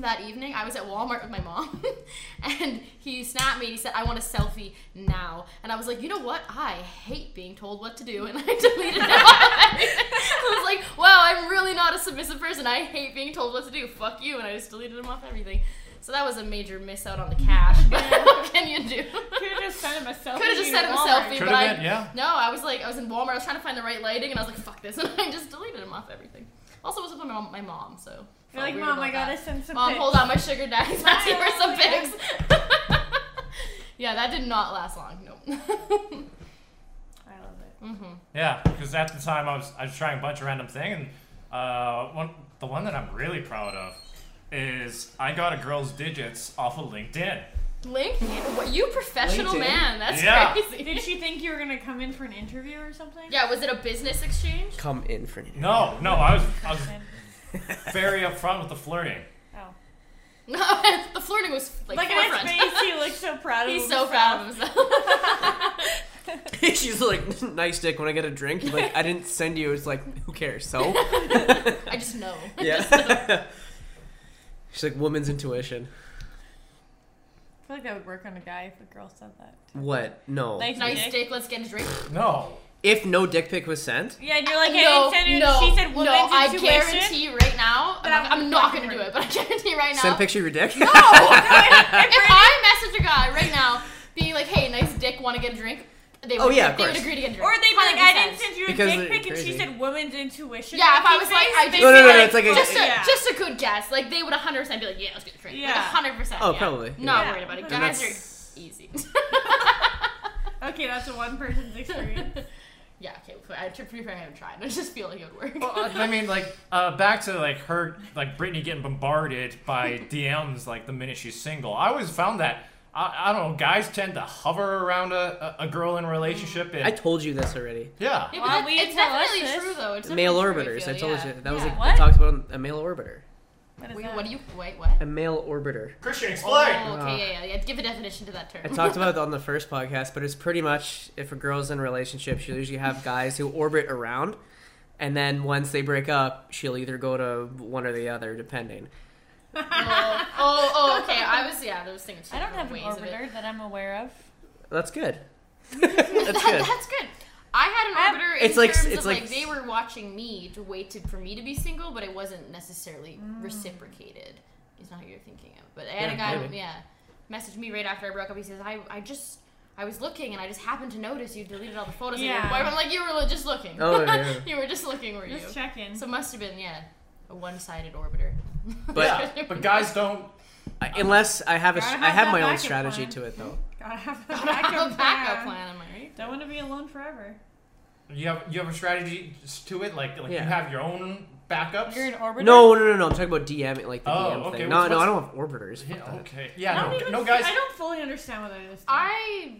Speaker 1: that evening, I was at Walmart with my mom, and he snapped me. and He said, "I want a selfie now," and I was like, "You know what? I hate being told what to do," and I deleted it. I was like, "Wow, I'm really not a submissive person. I hate being told what to do. Fuck you!" And I just deleted him off everything. So that was a major miss out on the cash. But what can you do?
Speaker 2: Could have just sent him a selfie.
Speaker 1: Could have just
Speaker 2: at
Speaker 1: sent him a
Speaker 2: Walmart.
Speaker 1: selfie,
Speaker 4: Could
Speaker 1: but I
Speaker 4: have been, yeah.
Speaker 1: no, I was like, I was in Walmart. I was trying to find the right lighting, and I was like, "Fuck this," and I just deleted him off everything. Also, it was with my mom, my mom so.
Speaker 2: You're
Speaker 1: felt
Speaker 2: like,
Speaker 1: weird
Speaker 2: mom,
Speaker 1: about
Speaker 2: I gotta
Speaker 1: that.
Speaker 2: send some.
Speaker 1: Mom,
Speaker 2: pics."
Speaker 1: hold on, my sugar daddy's asking for some
Speaker 2: Bye.
Speaker 1: pics. yeah, that did not last long. No.
Speaker 2: I love it.
Speaker 4: Yeah, because at the time I was I was trying a bunch of random things, and uh, one the one that I'm really proud of is I got a girl's digits off of LinkedIn.
Speaker 1: LinkedIn, what, you professional
Speaker 3: LinkedIn?
Speaker 1: man. That's
Speaker 4: Yeah.
Speaker 1: crazy.
Speaker 2: Did she think you were gonna come in for an interview or something?
Speaker 1: Yeah, was it a business exchange?
Speaker 3: Come in for an interview.
Speaker 4: No, no, I was I was
Speaker 2: Then-
Speaker 4: very upfront with the flirting.
Speaker 2: Oh.
Speaker 1: No, the flirting was like,
Speaker 2: Like in his
Speaker 1: forefront.
Speaker 2: face, he looks so proud of
Speaker 1: He's so
Speaker 2: himself.
Speaker 1: proud of himself.
Speaker 3: She's like, nice dick when I get a drink. He's Like, I didn't send you. It's like, who cares? So?
Speaker 1: I just know.
Speaker 3: yeah. She's like, woman's intuition.
Speaker 2: I feel like that would work on a guy if a girl said that.
Speaker 3: What? No.
Speaker 2: Nice,
Speaker 1: Nice
Speaker 2: dick.
Speaker 1: dick. Let's get a drink.
Speaker 4: No,
Speaker 3: If no dick pic was sent,
Speaker 2: Yeah, and you're like,
Speaker 1: no,
Speaker 2: I didn't send her.
Speaker 1: no,
Speaker 2: she said
Speaker 1: no.
Speaker 2: woman's
Speaker 1: I
Speaker 2: intuition.
Speaker 1: guarantee right now. I'm
Speaker 2: That
Speaker 1: not, I'm
Speaker 2: would
Speaker 1: not
Speaker 2: fucking
Speaker 1: gonna do
Speaker 2: work.
Speaker 1: it, but I guarantee right now.
Speaker 3: send a picture of your dick.
Speaker 1: if I message a guy right now, being like, "Hey, nice dick, want to get a drink?" They would,
Speaker 3: Oh, yeah, of
Speaker 1: they would
Speaker 3: course.
Speaker 1: agree to get a drink.
Speaker 2: Or they'd be like, I didn't
Speaker 1: 100%.
Speaker 2: send you a
Speaker 3: Because
Speaker 2: dick
Speaker 3: they're
Speaker 2: pic, and
Speaker 3: crazy.
Speaker 2: she said woman's intuition.
Speaker 1: Yeah, if I
Speaker 2: Pinky
Speaker 1: was like,
Speaker 2: face,
Speaker 1: I
Speaker 2: they'd
Speaker 1: did-
Speaker 2: be
Speaker 1: No, no,
Speaker 3: no, it's like a-
Speaker 2: oh,
Speaker 1: Just a,
Speaker 2: yeah.
Speaker 1: just a good guess. Like they would 100 percent be like, yeah, let's get a drink. Like
Speaker 2: Yeah.
Speaker 1: 100. percent
Speaker 3: Oh,
Speaker 1: yeah.
Speaker 3: probably,
Speaker 1: Not
Speaker 2: yeah.
Speaker 1: worried about it.
Speaker 2: And
Speaker 1: Guys
Speaker 3: that's-
Speaker 1: are easy.
Speaker 2: Okay, that's a one person's experience.
Speaker 1: yeah. Okay. well, I to be fair, I haven't tried. I just feel like it would work.
Speaker 4: well, uh, I mean like uh, back to like her like Britney getting bombarded by DMs like the minute she's single. I always found that. I, I don't know. Guys tend to hover around a, a a girl in a relationship. And,
Speaker 3: I told you this already.
Speaker 4: yeah,
Speaker 1: Yeah, but
Speaker 2: Well,
Speaker 1: that-
Speaker 2: we
Speaker 1: it's
Speaker 2: tell us
Speaker 1: definitely
Speaker 2: this.
Speaker 1: true though. It's
Speaker 3: Male
Speaker 1: definitely true,
Speaker 3: orbiters. I
Speaker 1: feel,
Speaker 3: told
Speaker 1: yeah.
Speaker 3: you that was
Speaker 1: Yeah.
Speaker 3: like
Speaker 2: What?
Speaker 3: we talked about a male orbiter.
Speaker 2: What is
Speaker 1: Wait,
Speaker 2: that?
Speaker 1: what do you? Wait, what?
Speaker 3: A male orbiter.
Speaker 4: Christian, explain.
Speaker 1: Oh, okay. Yeah, yeah, yeah. Give a definition to that term.
Speaker 3: I talked about it on the first podcast, but it's pretty much if a girl's in a relationship, she'll usually have guys who orbit around, and then once they break up, she'll either go to one or the other, depending.
Speaker 1: oh, oh, oh, okay. I was yeah. I was thinking. two
Speaker 2: I don't
Speaker 1: different
Speaker 2: have an
Speaker 1: ways of it.
Speaker 2: orbiter that I'm aware of.
Speaker 3: That's good. That's
Speaker 1: That-
Speaker 3: good.
Speaker 1: That's good. I had an
Speaker 2: I-
Speaker 1: orbiter in
Speaker 3: It's like-
Speaker 1: terms
Speaker 3: it's
Speaker 1: of
Speaker 3: like-
Speaker 1: like, they were watching me to wait to, for me to be single, but it wasn't necessarily
Speaker 2: Mm.
Speaker 1: reciprocated. Is not what you're thinking of, but I had
Speaker 3: Yeah,
Speaker 1: a guy,
Speaker 3: maybe.
Speaker 1: yeah, messaged me right after I broke up. He says, "I, I just, I was looking, and I just happened to notice you deleted all the photos." Yeah. Of
Speaker 2: Yeah.
Speaker 1: your wife." I'm like, you were just looking.
Speaker 3: Oh, yeah.
Speaker 1: you were just looking, were you?
Speaker 2: Just checking.
Speaker 1: So it must have been yeah, a one-sided orbiter.
Speaker 3: But-
Speaker 4: yeah, but guys don't.
Speaker 3: I- unless I have a,
Speaker 2: Gotta
Speaker 3: I
Speaker 2: have
Speaker 3: have
Speaker 2: that
Speaker 3: my own
Speaker 2: backup
Speaker 3: strategy
Speaker 2: plan.
Speaker 3: to it though.
Speaker 2: Gotta have a
Speaker 1: I have
Speaker 2: backup
Speaker 1: a backup
Speaker 2: plan.
Speaker 1: plan, am I right?
Speaker 2: Don't want to be alone forever.
Speaker 4: You have you have a strategy to it, like like
Speaker 3: Yeah.
Speaker 4: you have your own backups.
Speaker 2: You're an orbiter.
Speaker 3: No, no, no, no. I'm talking about DM, like the
Speaker 4: Oh,
Speaker 3: DM
Speaker 4: okay,
Speaker 3: thing. No,
Speaker 4: what's-
Speaker 3: no, I
Speaker 4: what's-
Speaker 3: don't have orbiters. Fuck
Speaker 4: Yeah,
Speaker 3: that.
Speaker 4: okay.
Speaker 2: I
Speaker 4: Yeah,
Speaker 2: don't
Speaker 4: no,
Speaker 2: even.
Speaker 4: no, guys.
Speaker 2: I don't fully understand what that is. though.
Speaker 1: I,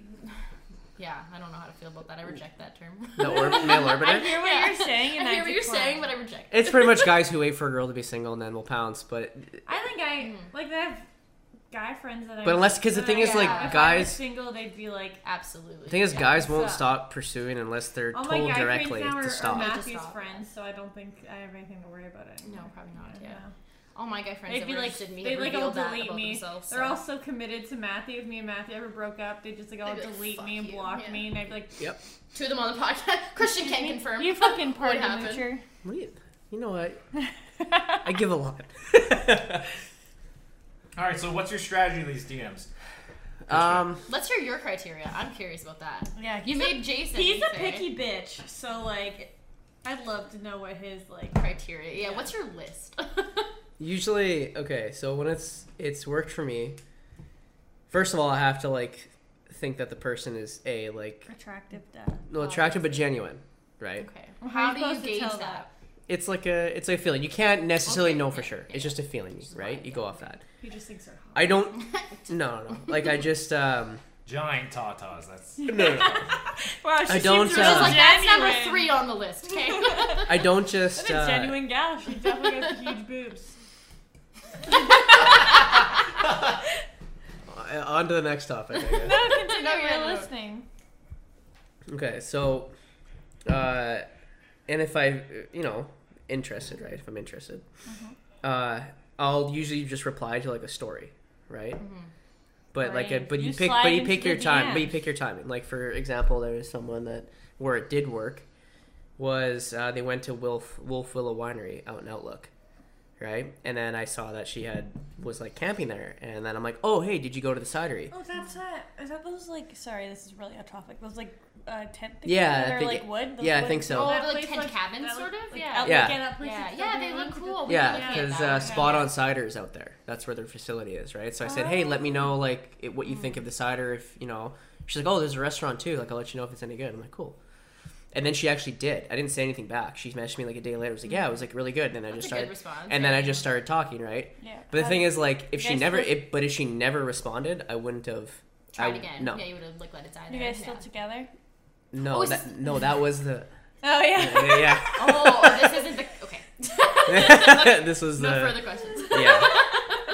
Speaker 1: yeah, I don't know how to feel about
Speaker 3: Mm.
Speaker 1: that. I reject that term.
Speaker 3: The or- male
Speaker 2: I
Speaker 3: orbiter.
Speaker 2: hear what
Speaker 1: Yeah.
Speaker 2: you're saying, and
Speaker 1: I hear what you're
Speaker 2: decline.
Speaker 1: saying, but I reject it.
Speaker 3: It's pretty much guys who wait for a girl to be single and then will pounce. But
Speaker 2: I think I
Speaker 1: Mm-hmm.
Speaker 2: like I have guy friends that. I
Speaker 3: But unless- 'cause the
Speaker 2: that
Speaker 3: thing
Speaker 2: I-
Speaker 1: is, like,
Speaker 2: if I was
Speaker 3: guys-
Speaker 2: single, they'd be like,
Speaker 1: Absolutely.
Speaker 3: the thing is,
Speaker 1: Yeah.
Speaker 3: guys won't
Speaker 2: so-
Speaker 3: stop pursuing unless they're
Speaker 2: all "Oh, my
Speaker 3: told
Speaker 2: guy
Speaker 3: directly
Speaker 2: friends now
Speaker 3: to
Speaker 2: are, are
Speaker 3: stop.
Speaker 1: ma-
Speaker 2: Matthew's
Speaker 1: stop.
Speaker 2: friends, so I don't think I have anything to worry about it.
Speaker 1: No, probably not.
Speaker 2: I don't
Speaker 1: Yeah.
Speaker 2: know.
Speaker 1: All my guy friends
Speaker 2: They'd
Speaker 1: that
Speaker 2: be
Speaker 1: were
Speaker 2: like,
Speaker 1: interested in me
Speaker 2: they
Speaker 1: have
Speaker 2: like all
Speaker 1: revealed that
Speaker 2: delete
Speaker 1: about
Speaker 2: me.
Speaker 1: themselves.
Speaker 2: They're all so committed to Matthew. If me and Matthew ever broke up, they just like all
Speaker 1: They'd be like,
Speaker 2: delete
Speaker 1: "Fuck
Speaker 2: me and
Speaker 1: you."
Speaker 2: block
Speaker 1: Yeah.
Speaker 2: me, and I'd be like,
Speaker 3: Yep.
Speaker 1: two of them on the podcast. Christian can
Speaker 2: "You-
Speaker 1: confirm.
Speaker 2: You fucking
Speaker 1: What
Speaker 2: party
Speaker 1: happened?
Speaker 2: moocher.
Speaker 3: What do You you know what? I give a lot.
Speaker 4: All right, so what's your strategy with these DMs?
Speaker 3: Um,
Speaker 1: Let's hear your criteria. I'm curious about that.
Speaker 2: Yeah,
Speaker 1: You
Speaker 2: he's a-
Speaker 1: made Jason.
Speaker 2: He's
Speaker 1: you
Speaker 2: a
Speaker 1: say.
Speaker 2: picky bitch, so like, I'd love to know what his like.
Speaker 1: criteria. Yeah. What's your list?
Speaker 3: usually, okay. So when it's it's worked for me, first of all, I have to like think that the person is a like
Speaker 2: Attractive dad.
Speaker 3: no attractive but genuine, right?
Speaker 1: okay.
Speaker 2: Well, how
Speaker 1: How
Speaker 2: are you
Speaker 1: do you
Speaker 2: supposed to
Speaker 1: gauge that?
Speaker 2: tell that?
Speaker 3: It's like a it's like a feeling. You can't necessarily
Speaker 1: Okay,
Speaker 3: know for
Speaker 1: yeah,
Speaker 3: sure.
Speaker 1: yeah,
Speaker 3: It's just a feeling,
Speaker 1: Just a
Speaker 3: right?
Speaker 1: vibe,
Speaker 3: You go off that.
Speaker 2: He just thinks they're hot.
Speaker 3: I don't. No, no, no. Like I just um,
Speaker 4: Giant tatas. That's
Speaker 3: No, no, no.
Speaker 2: Wow, she
Speaker 3: I don't,
Speaker 2: seems
Speaker 1: I was
Speaker 2: real
Speaker 1: like, that's number
Speaker 2: genuine.
Speaker 1: three on the list. Okay.
Speaker 3: I don't just.
Speaker 2: That's a
Speaker 3: Uh,
Speaker 2: genuine gal. She definitely has huge boobs.
Speaker 3: uh, on to the next topic. I guess.
Speaker 2: No, continue.
Speaker 1: No, yeah,
Speaker 2: We're
Speaker 1: no.
Speaker 2: listening.
Speaker 3: Okay, so, uh, and if I, you know, interested, right? If I'm interested,
Speaker 2: Mm-hmm.
Speaker 3: uh, I'll usually just reply to like a story, right? But like,
Speaker 2: Mm-hmm.
Speaker 3: a,
Speaker 2: Right.
Speaker 3: but you,
Speaker 2: You
Speaker 3: pick,
Speaker 2: slide
Speaker 3: but you
Speaker 2: into
Speaker 3: pick
Speaker 2: the
Speaker 3: your time, but you
Speaker 2: DMs.
Speaker 3: pick your timing. Like for example, there was someone that where it did work was uh, they went to Wolf Wolf Willow Winery out in Outlook, right? And then I saw that she had was like camping there, and then I'm like, oh hey, did you go to the cidery?
Speaker 2: Oh, that's that. Is that those like? Sorry, this is really off topic. Those like uh, tent things
Speaker 3: Yeah, I
Speaker 2: that are
Speaker 3: think-
Speaker 2: like wood. Those
Speaker 3: yeah, I
Speaker 2: wood-
Speaker 3: think so.
Speaker 1: Oh,
Speaker 2: that
Speaker 1: like
Speaker 2: place
Speaker 1: tent cabins,
Speaker 2: that
Speaker 1: sort
Speaker 2: look-
Speaker 1: of?
Speaker 2: like,
Speaker 1: Yeah.
Speaker 2: Outlook
Speaker 3: Yeah.
Speaker 2: and that place
Speaker 1: yeah,
Speaker 2: that's
Speaker 1: yeah,
Speaker 2: built
Speaker 1: they
Speaker 2: around
Speaker 1: look
Speaker 2: to the-
Speaker 1: cool. We
Speaker 3: Yeah,
Speaker 1: were looking at
Speaker 3: because
Speaker 1: that.
Speaker 3: uh, Spot On Cider's out there. That's where their facility is, right? So I said, hey,
Speaker 1: Oh.
Speaker 3: let me know like it, what you think
Speaker 1: Mm.
Speaker 3: of the cider. If you know, she's like, oh, there's a restaurant too. Like I'll let you know if it's any good. I'm like, cool. And then she actually did. I didn't say anything back. She messaged me like a day later. I was like, yeah, it was like really good. And then I
Speaker 1: That's
Speaker 3: just
Speaker 1: a good
Speaker 3: started,
Speaker 1: response,
Speaker 3: and then
Speaker 1: yeah.
Speaker 3: I just started talking, right?
Speaker 2: Yeah. Oh.
Speaker 3: But the thing is, like, if she
Speaker 2: guys
Speaker 3: never,
Speaker 2: still-
Speaker 3: if, but if she never responded, I wouldn't have
Speaker 1: Tried
Speaker 3: I-
Speaker 1: again.
Speaker 3: No,
Speaker 1: Yeah, you would have like let it die.
Speaker 2: you
Speaker 1: there.
Speaker 2: guys still
Speaker 1: Yeah.
Speaker 2: together?
Speaker 3: no,
Speaker 1: Oh, is
Speaker 3: that,
Speaker 1: this-
Speaker 3: no, that was the
Speaker 2: Oh yeah.
Speaker 3: yeah.
Speaker 1: Oh, this isn't the okay.
Speaker 3: this was
Speaker 1: No
Speaker 3: the
Speaker 1: further questions.
Speaker 3: yeah.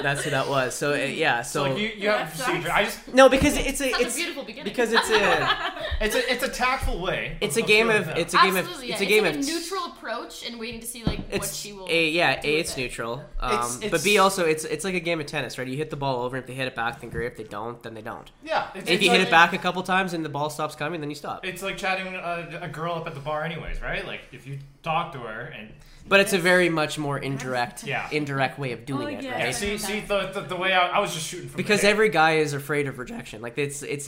Speaker 3: That's who that was. So uh, yeah,
Speaker 4: so
Speaker 3: so
Speaker 4: like you, you have
Speaker 2: That
Speaker 4: a
Speaker 2: sucks.
Speaker 4: procedure. I just
Speaker 3: no, because it's a
Speaker 1: That's a
Speaker 3: it's
Speaker 1: beautiful beginning.
Speaker 3: because it's a.
Speaker 4: it's a it's a tactful way. of-
Speaker 3: It's a
Speaker 4: of
Speaker 3: game
Speaker 4: doing
Speaker 3: of
Speaker 4: that.
Speaker 3: it's a game of
Speaker 1: Absolutely, yeah.
Speaker 3: it's a game
Speaker 1: like
Speaker 3: of
Speaker 1: a neutral approach and waiting to see like what
Speaker 3: It's
Speaker 1: she will.
Speaker 3: a yeah
Speaker 1: do
Speaker 3: a
Speaker 1: with
Speaker 3: it's
Speaker 1: it.
Speaker 3: neutral, um,
Speaker 4: It's-
Speaker 3: but
Speaker 4: it's-
Speaker 3: b also it's it's like a game of tennis, right? You hit the ball over, and if they hit it back, then great. If they don't, then they don't.
Speaker 4: yeah. It's,
Speaker 3: if
Speaker 4: it's
Speaker 3: you hit
Speaker 4: like-
Speaker 3: it back a couple times and the ball stops coming, then you stop.
Speaker 4: it's like chatting uh, a, a girl up at the bar, anyways, right? Like if you talk to her and
Speaker 3: But it's a very much more indirect
Speaker 4: Yeah.
Speaker 3: indirect way of doing
Speaker 2: Oh,
Speaker 3: it,
Speaker 2: yeah.
Speaker 4: yeah,
Speaker 3: right?
Speaker 4: see, see the, the the way I, I was just shooting from
Speaker 3: Because
Speaker 4: the hip.
Speaker 3: every guy is afraid of rejection. Like it's it's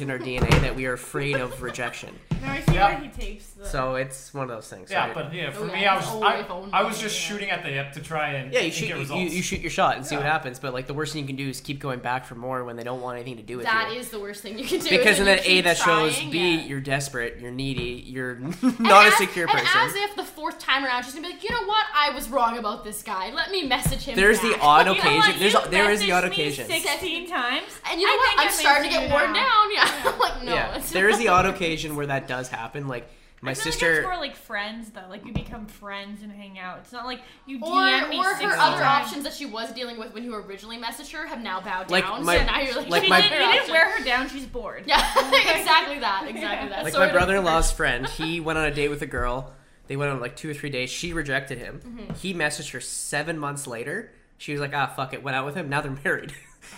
Speaker 3: in our DNA that we are afraid of rejection.
Speaker 2: No, I see
Speaker 4: Yeah.
Speaker 2: where he takes the.
Speaker 3: So it's one of those things.
Speaker 4: yeah,
Speaker 3: right?
Speaker 4: but yeah, for
Speaker 1: Oh,
Speaker 4: me,
Speaker 1: yeah.
Speaker 4: I was
Speaker 1: Oh, if only,
Speaker 4: I, I was just
Speaker 1: yeah.
Speaker 4: shooting at the hip to try and
Speaker 3: yeah, you
Speaker 4: and
Speaker 3: shoot
Speaker 4: get
Speaker 3: you,
Speaker 4: results.
Speaker 3: you, you shoot your shot and see what
Speaker 4: Yeah.
Speaker 3: happens. But like the worst thing you can do is keep going back for more when they don't want anything to do with you.
Speaker 1: That is the worst thing you can do.
Speaker 3: because
Speaker 1: is
Speaker 3: in
Speaker 1: you
Speaker 3: that A
Speaker 1: keep
Speaker 3: that shows
Speaker 1: trying,
Speaker 3: B
Speaker 1: yeah.
Speaker 3: you're desperate, you're needy, you're
Speaker 1: And
Speaker 3: not a
Speaker 1: as-
Speaker 3: secure
Speaker 1: and
Speaker 3: person.
Speaker 1: as if the fourth time around, she's gonna be like, you know what? I was wrong about this guy. Let me message him.
Speaker 3: there's the
Speaker 1: back."
Speaker 3: odd
Speaker 2: You know what?
Speaker 3: occasion. There's
Speaker 2: You
Speaker 3: there is the odd
Speaker 2: messaged me
Speaker 3: occasion.
Speaker 2: Sixteen times.
Speaker 1: And you know
Speaker 2: I
Speaker 1: what?
Speaker 2: think
Speaker 1: I'm
Speaker 2: I'm
Speaker 1: starting to
Speaker 2: lazy
Speaker 1: get worn
Speaker 2: now.
Speaker 1: down. Yeah. I'm like, no.
Speaker 3: yeah,
Speaker 1: it's
Speaker 3: there is the
Speaker 1: not.
Speaker 3: odd occasion where that does happen. Like my
Speaker 2: I feel Like
Speaker 3: sister.
Speaker 2: it's more like friends though. Like you become friends and hang out. It's not like you
Speaker 1: Or,
Speaker 2: DM me
Speaker 1: or her
Speaker 2: 60
Speaker 1: other
Speaker 2: times.
Speaker 1: options that she was dealing with when you originally messaged her have now bowed
Speaker 3: Like
Speaker 1: down.
Speaker 3: my-
Speaker 1: so now you're like,
Speaker 3: like
Speaker 2: she
Speaker 3: my-
Speaker 2: didn't,
Speaker 1: better
Speaker 2: you didn't
Speaker 1: option.
Speaker 2: wear her down. She's bored.
Speaker 1: Yeah, exactly that. Exactly that.
Speaker 3: like
Speaker 1: Sort
Speaker 3: my
Speaker 1: of.
Speaker 3: brother-in-law's friend, he went on a date with a girl. They went on like two or three days. She rejected him.
Speaker 1: Mm-hmm.
Speaker 3: He messaged her seven months later. She was like, "Ah, fuck it." Went out with him. Now they're married.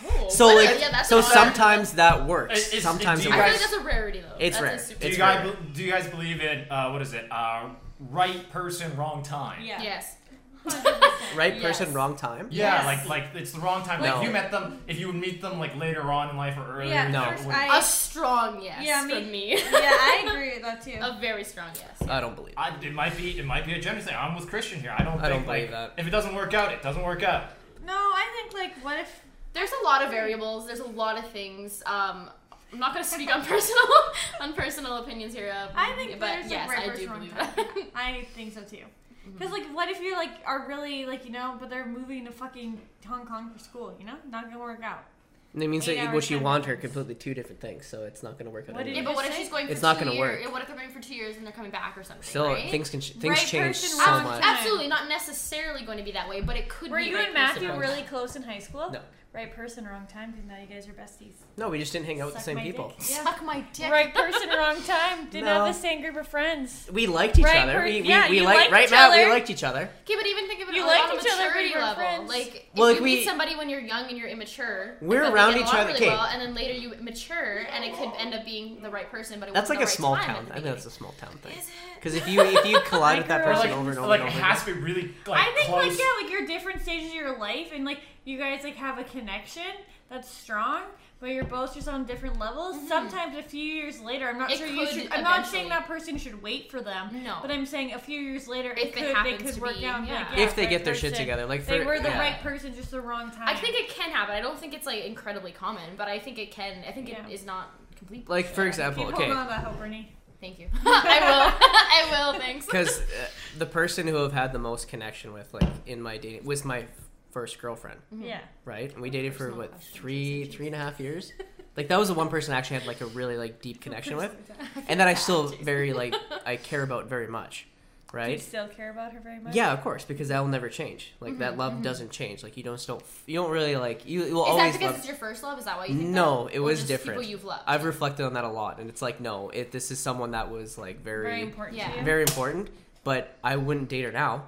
Speaker 1: Oh,
Speaker 3: so
Speaker 1: well,
Speaker 3: like,
Speaker 1: yeah, that's
Speaker 3: so
Speaker 1: an odd-
Speaker 3: sometimes that
Speaker 4: It-
Speaker 3: works.
Speaker 4: it's- it-
Speaker 3: sometimes
Speaker 4: do
Speaker 3: it
Speaker 1: I
Speaker 4: you
Speaker 1: feel
Speaker 3: works.
Speaker 1: like that's a rarity though.
Speaker 3: It's
Speaker 1: that's a
Speaker 3: rare.
Speaker 1: super-
Speaker 4: Do you
Speaker 3: It's
Speaker 4: guys
Speaker 3: rare.
Speaker 4: be- do you guys believe in uh, what is it? Uh, right person, wrong time.
Speaker 2: Yeah.
Speaker 1: yes.
Speaker 3: Right person,
Speaker 1: Yes.
Speaker 3: wrong time.
Speaker 4: Yeah,
Speaker 2: Yes.
Speaker 4: like like it's the wrong time.
Speaker 3: No.
Speaker 4: Like if you met them, if you would meet them like later on in life or earlier.
Speaker 2: Yeah,
Speaker 4: in
Speaker 3: No.
Speaker 4: life,
Speaker 2: first
Speaker 4: it wouldn't-
Speaker 2: I,
Speaker 1: A strong yes
Speaker 2: Yeah, me-
Speaker 1: from me.
Speaker 2: yeah, I agree with that too.
Speaker 1: a very strong yes.
Speaker 3: I don't believe. it.
Speaker 4: I, it might be it might be a gender thing. I'm with Christian here. I don't.
Speaker 3: I don't
Speaker 4: think,
Speaker 3: believe
Speaker 4: like,
Speaker 3: that.
Speaker 4: If it doesn't work out, it doesn't work out.
Speaker 2: No, I think like what if
Speaker 1: There's a lot of variables. There's a lot of things. Um, I'm not gonna speak on personal on personal opinions here. Um,
Speaker 2: I think
Speaker 1: but
Speaker 2: there's
Speaker 1: yes,
Speaker 2: a right
Speaker 1: I do
Speaker 2: person, wrong
Speaker 1: believe
Speaker 2: time.
Speaker 1: that. Mm-hmm.
Speaker 2: I think so too. Because like, what if you like are really like you know, but they're moving to fucking Hong Kong for school? You know, not gonna work out.
Speaker 3: And It means
Speaker 2: Eight
Speaker 3: that
Speaker 2: hours,
Speaker 3: what you
Speaker 2: ten
Speaker 3: want are
Speaker 2: minutes.
Speaker 3: completely two different things, so it's not going to work out.
Speaker 2: What did
Speaker 3: anyway.
Speaker 1: Yeah,
Speaker 2: you
Speaker 1: but what if
Speaker 2: say?
Speaker 1: she's going for
Speaker 3: It's not
Speaker 1: two
Speaker 3: gonna
Speaker 1: years?
Speaker 3: work.
Speaker 1: What if they're going for two years and they're coming back or something?
Speaker 3: Still,
Speaker 1: right?
Speaker 3: things can things
Speaker 2: Right
Speaker 3: change
Speaker 2: person,
Speaker 3: so
Speaker 2: wrong
Speaker 3: much.
Speaker 2: time.
Speaker 1: Absolutely, not necessarily going to be that way, but it could
Speaker 2: Were
Speaker 1: be.
Speaker 2: you
Speaker 1: right
Speaker 2: and
Speaker 1: person,
Speaker 2: Matthew
Speaker 1: wrong
Speaker 2: really close in high school?
Speaker 3: No.
Speaker 2: Right person, wrong time. Because now you guys are besties.
Speaker 3: No, we just didn't hang out with the
Speaker 2: Suck
Speaker 3: same
Speaker 2: my
Speaker 3: people.
Speaker 2: dick.
Speaker 1: time.
Speaker 2: Yeah.
Speaker 1: Suck my dick.
Speaker 2: Right person, wrong time. Didn't
Speaker 3: No.
Speaker 2: have the same group of friends.
Speaker 3: We liked each
Speaker 2: Right
Speaker 3: other.
Speaker 2: per-
Speaker 3: we we,
Speaker 2: yeah,
Speaker 3: we
Speaker 2: you
Speaker 3: liked
Speaker 2: liked
Speaker 3: right
Speaker 2: each
Speaker 3: Matt, we
Speaker 2: other.
Speaker 3: liked each other.
Speaker 1: Okay, but even think of it
Speaker 2: You
Speaker 1: on
Speaker 2: like
Speaker 1: a
Speaker 2: each other,
Speaker 1: maturity
Speaker 2: but you're
Speaker 1: level.
Speaker 2: friends.
Speaker 1: Like,
Speaker 3: Well,
Speaker 1: if
Speaker 3: like,
Speaker 1: you
Speaker 3: we-
Speaker 1: meet somebody when you're young and you're immature,
Speaker 3: We're
Speaker 1: but they
Speaker 3: around
Speaker 1: get
Speaker 3: each
Speaker 1: along
Speaker 3: other-
Speaker 1: Really
Speaker 3: okay.
Speaker 1: well, and then later you mature, and it could end up being the right person, but it
Speaker 3: That's like
Speaker 1: wasn't
Speaker 3: a
Speaker 1: the right
Speaker 3: small
Speaker 1: time
Speaker 3: town.
Speaker 1: at the
Speaker 3: I think
Speaker 1: beginning.
Speaker 3: that's a small town thing. Because if you if you collide with that
Speaker 2: Or
Speaker 4: Or
Speaker 3: person
Speaker 4: like,
Speaker 3: over and over
Speaker 4: like
Speaker 3: and
Speaker 4: it
Speaker 3: over,
Speaker 4: has to be really like
Speaker 2: I think
Speaker 4: close.
Speaker 2: like yeah, like you're different stages of your life, and like you guys like have a connection that's strong, but you're both just on different levels. Sometimes a few years later, I'm not
Speaker 1: It
Speaker 2: sure you
Speaker 1: could
Speaker 2: should. I'm not
Speaker 1: eventually.
Speaker 2: saying that person should wait for them.
Speaker 1: No.
Speaker 2: but I'm saying a few years later,
Speaker 1: If it
Speaker 2: it could they
Speaker 1: happens
Speaker 2: could
Speaker 1: to
Speaker 2: work
Speaker 1: be,
Speaker 2: down.
Speaker 1: yeah.
Speaker 2: Like,
Speaker 3: if they
Speaker 2: right
Speaker 3: get their shit
Speaker 2: person.
Speaker 3: together, like for,
Speaker 2: They were the
Speaker 3: yeah.
Speaker 2: right person, just the wrong time.
Speaker 1: I think it can happen. I don't think it's like incredibly common, but I think it can. I think
Speaker 2: Yeah.
Speaker 1: it is not complete.
Speaker 3: Like for
Speaker 1: Yeah.
Speaker 3: example,
Speaker 2: Keep
Speaker 3: okay,
Speaker 2: holding on that hope, Bernie.
Speaker 1: Thank you. I will. I will. Thanks.
Speaker 3: because uh, the person who I've had the most connection with, like in my dating, was my first girlfriend,
Speaker 2: Yeah.
Speaker 3: right? And we dated for
Speaker 1: Personal
Speaker 3: what
Speaker 1: question,
Speaker 3: three
Speaker 1: Jesus.
Speaker 3: three and a half years, Like that was the one person I actually had like a really like deep connection with, and that I still very like I care about very much,
Speaker 2: Do you
Speaker 3: right?
Speaker 2: still care about her very much?
Speaker 3: Yeah, of course, because that will never change. Like that love doesn't change. Like you don't still you don't really like you, you will
Speaker 1: Is that
Speaker 3: always
Speaker 1: because
Speaker 3: love.
Speaker 1: Mm-hmm, it's your first love? Is that why you think
Speaker 3: No,
Speaker 1: that?
Speaker 3: it
Speaker 1: Or
Speaker 3: was
Speaker 1: just
Speaker 3: different.
Speaker 1: People you've loved.
Speaker 3: I've reflected on that a lot, and it's like no, it this is someone that was like
Speaker 2: Very important
Speaker 1: Yeah.
Speaker 2: to you.
Speaker 3: very important, but I wouldn't date her now.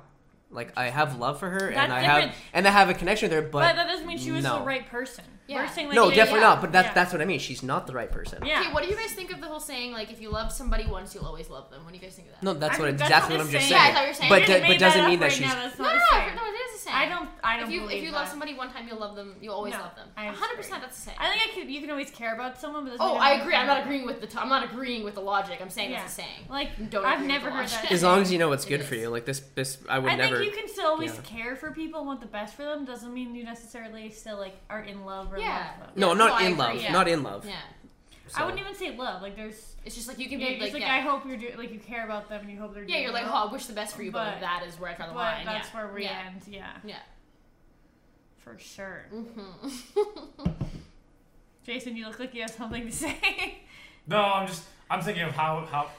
Speaker 3: Like I have love for her,
Speaker 2: That's
Speaker 3: and I have
Speaker 2: different.
Speaker 3: and I have a connection there, but,
Speaker 2: but, that doesn't mean she was
Speaker 3: no.
Speaker 2: the right person.
Speaker 1: Yeah.
Speaker 2: We're saying, like,
Speaker 3: no,
Speaker 2: yeah,
Speaker 3: definitely
Speaker 2: yeah.
Speaker 3: not. But that's
Speaker 2: Yeah.
Speaker 3: that's what I mean. She's not the right person.
Speaker 2: Yeah.
Speaker 1: Okay, what do you guys think of the whole saying like if you love somebody once, you'll always love them? What do you guys think of that?
Speaker 3: No, that's
Speaker 2: I
Speaker 3: what
Speaker 2: mean, that's
Speaker 3: exactly
Speaker 2: what
Speaker 3: what I'm
Speaker 2: they're
Speaker 3: just
Speaker 1: saying.
Speaker 3: saying.
Speaker 1: Yeah, I thought you were
Speaker 3: but
Speaker 1: saying-
Speaker 2: You
Speaker 3: d-
Speaker 1: You
Speaker 2: made
Speaker 3: but doesn't
Speaker 2: up
Speaker 3: mean that
Speaker 2: right
Speaker 3: she's
Speaker 2: now, that's
Speaker 1: No, no,
Speaker 2: not the
Speaker 1: no,
Speaker 2: same.
Speaker 1: no, it is the same.
Speaker 2: I don't. I don't.
Speaker 1: If you if
Speaker 2: believe
Speaker 1: you
Speaker 2: that.
Speaker 1: love somebody one time, you'll love them. You'll always
Speaker 2: No,
Speaker 1: love them.
Speaker 2: I
Speaker 1: One
Speaker 2: disagree.
Speaker 1: hundred percent, that's the same.
Speaker 2: I think I could. You can always care about someone, but
Speaker 1: oh, I agree. I'm not agreeing with the. T- I'm not agreeing with the logic. I'm saying that's a saying.
Speaker 2: Like
Speaker 1: Don't
Speaker 2: I've
Speaker 1: agree with
Speaker 2: never
Speaker 1: the
Speaker 2: heard
Speaker 1: logic.
Speaker 2: that.
Speaker 3: as long as you know what's
Speaker 1: It
Speaker 3: good
Speaker 1: is.
Speaker 3: for you. Like this, this I would
Speaker 2: I
Speaker 3: never.
Speaker 2: think you can still always
Speaker 3: yeah.
Speaker 2: care for people and want the best for them. Doesn't mean you necessarily still like are in love or
Speaker 1: Yeah.
Speaker 2: love them.
Speaker 3: no,
Speaker 1: No,
Speaker 3: not
Speaker 1: I
Speaker 3: in
Speaker 1: agree,
Speaker 3: love.
Speaker 1: yeah.
Speaker 3: Not in love.
Speaker 1: Yeah,
Speaker 3: so.
Speaker 2: I wouldn't even say love. Like there's.
Speaker 1: it's just like you can
Speaker 2: Yeah,
Speaker 1: be
Speaker 2: just
Speaker 1: like,
Speaker 2: like I
Speaker 1: yeah.
Speaker 2: hope you're do- like you care about them and you hope they're
Speaker 1: yeah,
Speaker 2: doing
Speaker 1: you're like,
Speaker 2: well.
Speaker 1: oh, I wish the best for you, but,
Speaker 2: But-
Speaker 1: that is where I draw the
Speaker 2: But
Speaker 1: line.
Speaker 2: that's
Speaker 1: yeah.
Speaker 2: where we
Speaker 1: yeah.
Speaker 2: end. Yeah,
Speaker 1: Yeah.
Speaker 2: for sure.
Speaker 1: Mhm.
Speaker 2: Jason, you look like you have something to say.
Speaker 4: No, I'm just I'm thinking of how how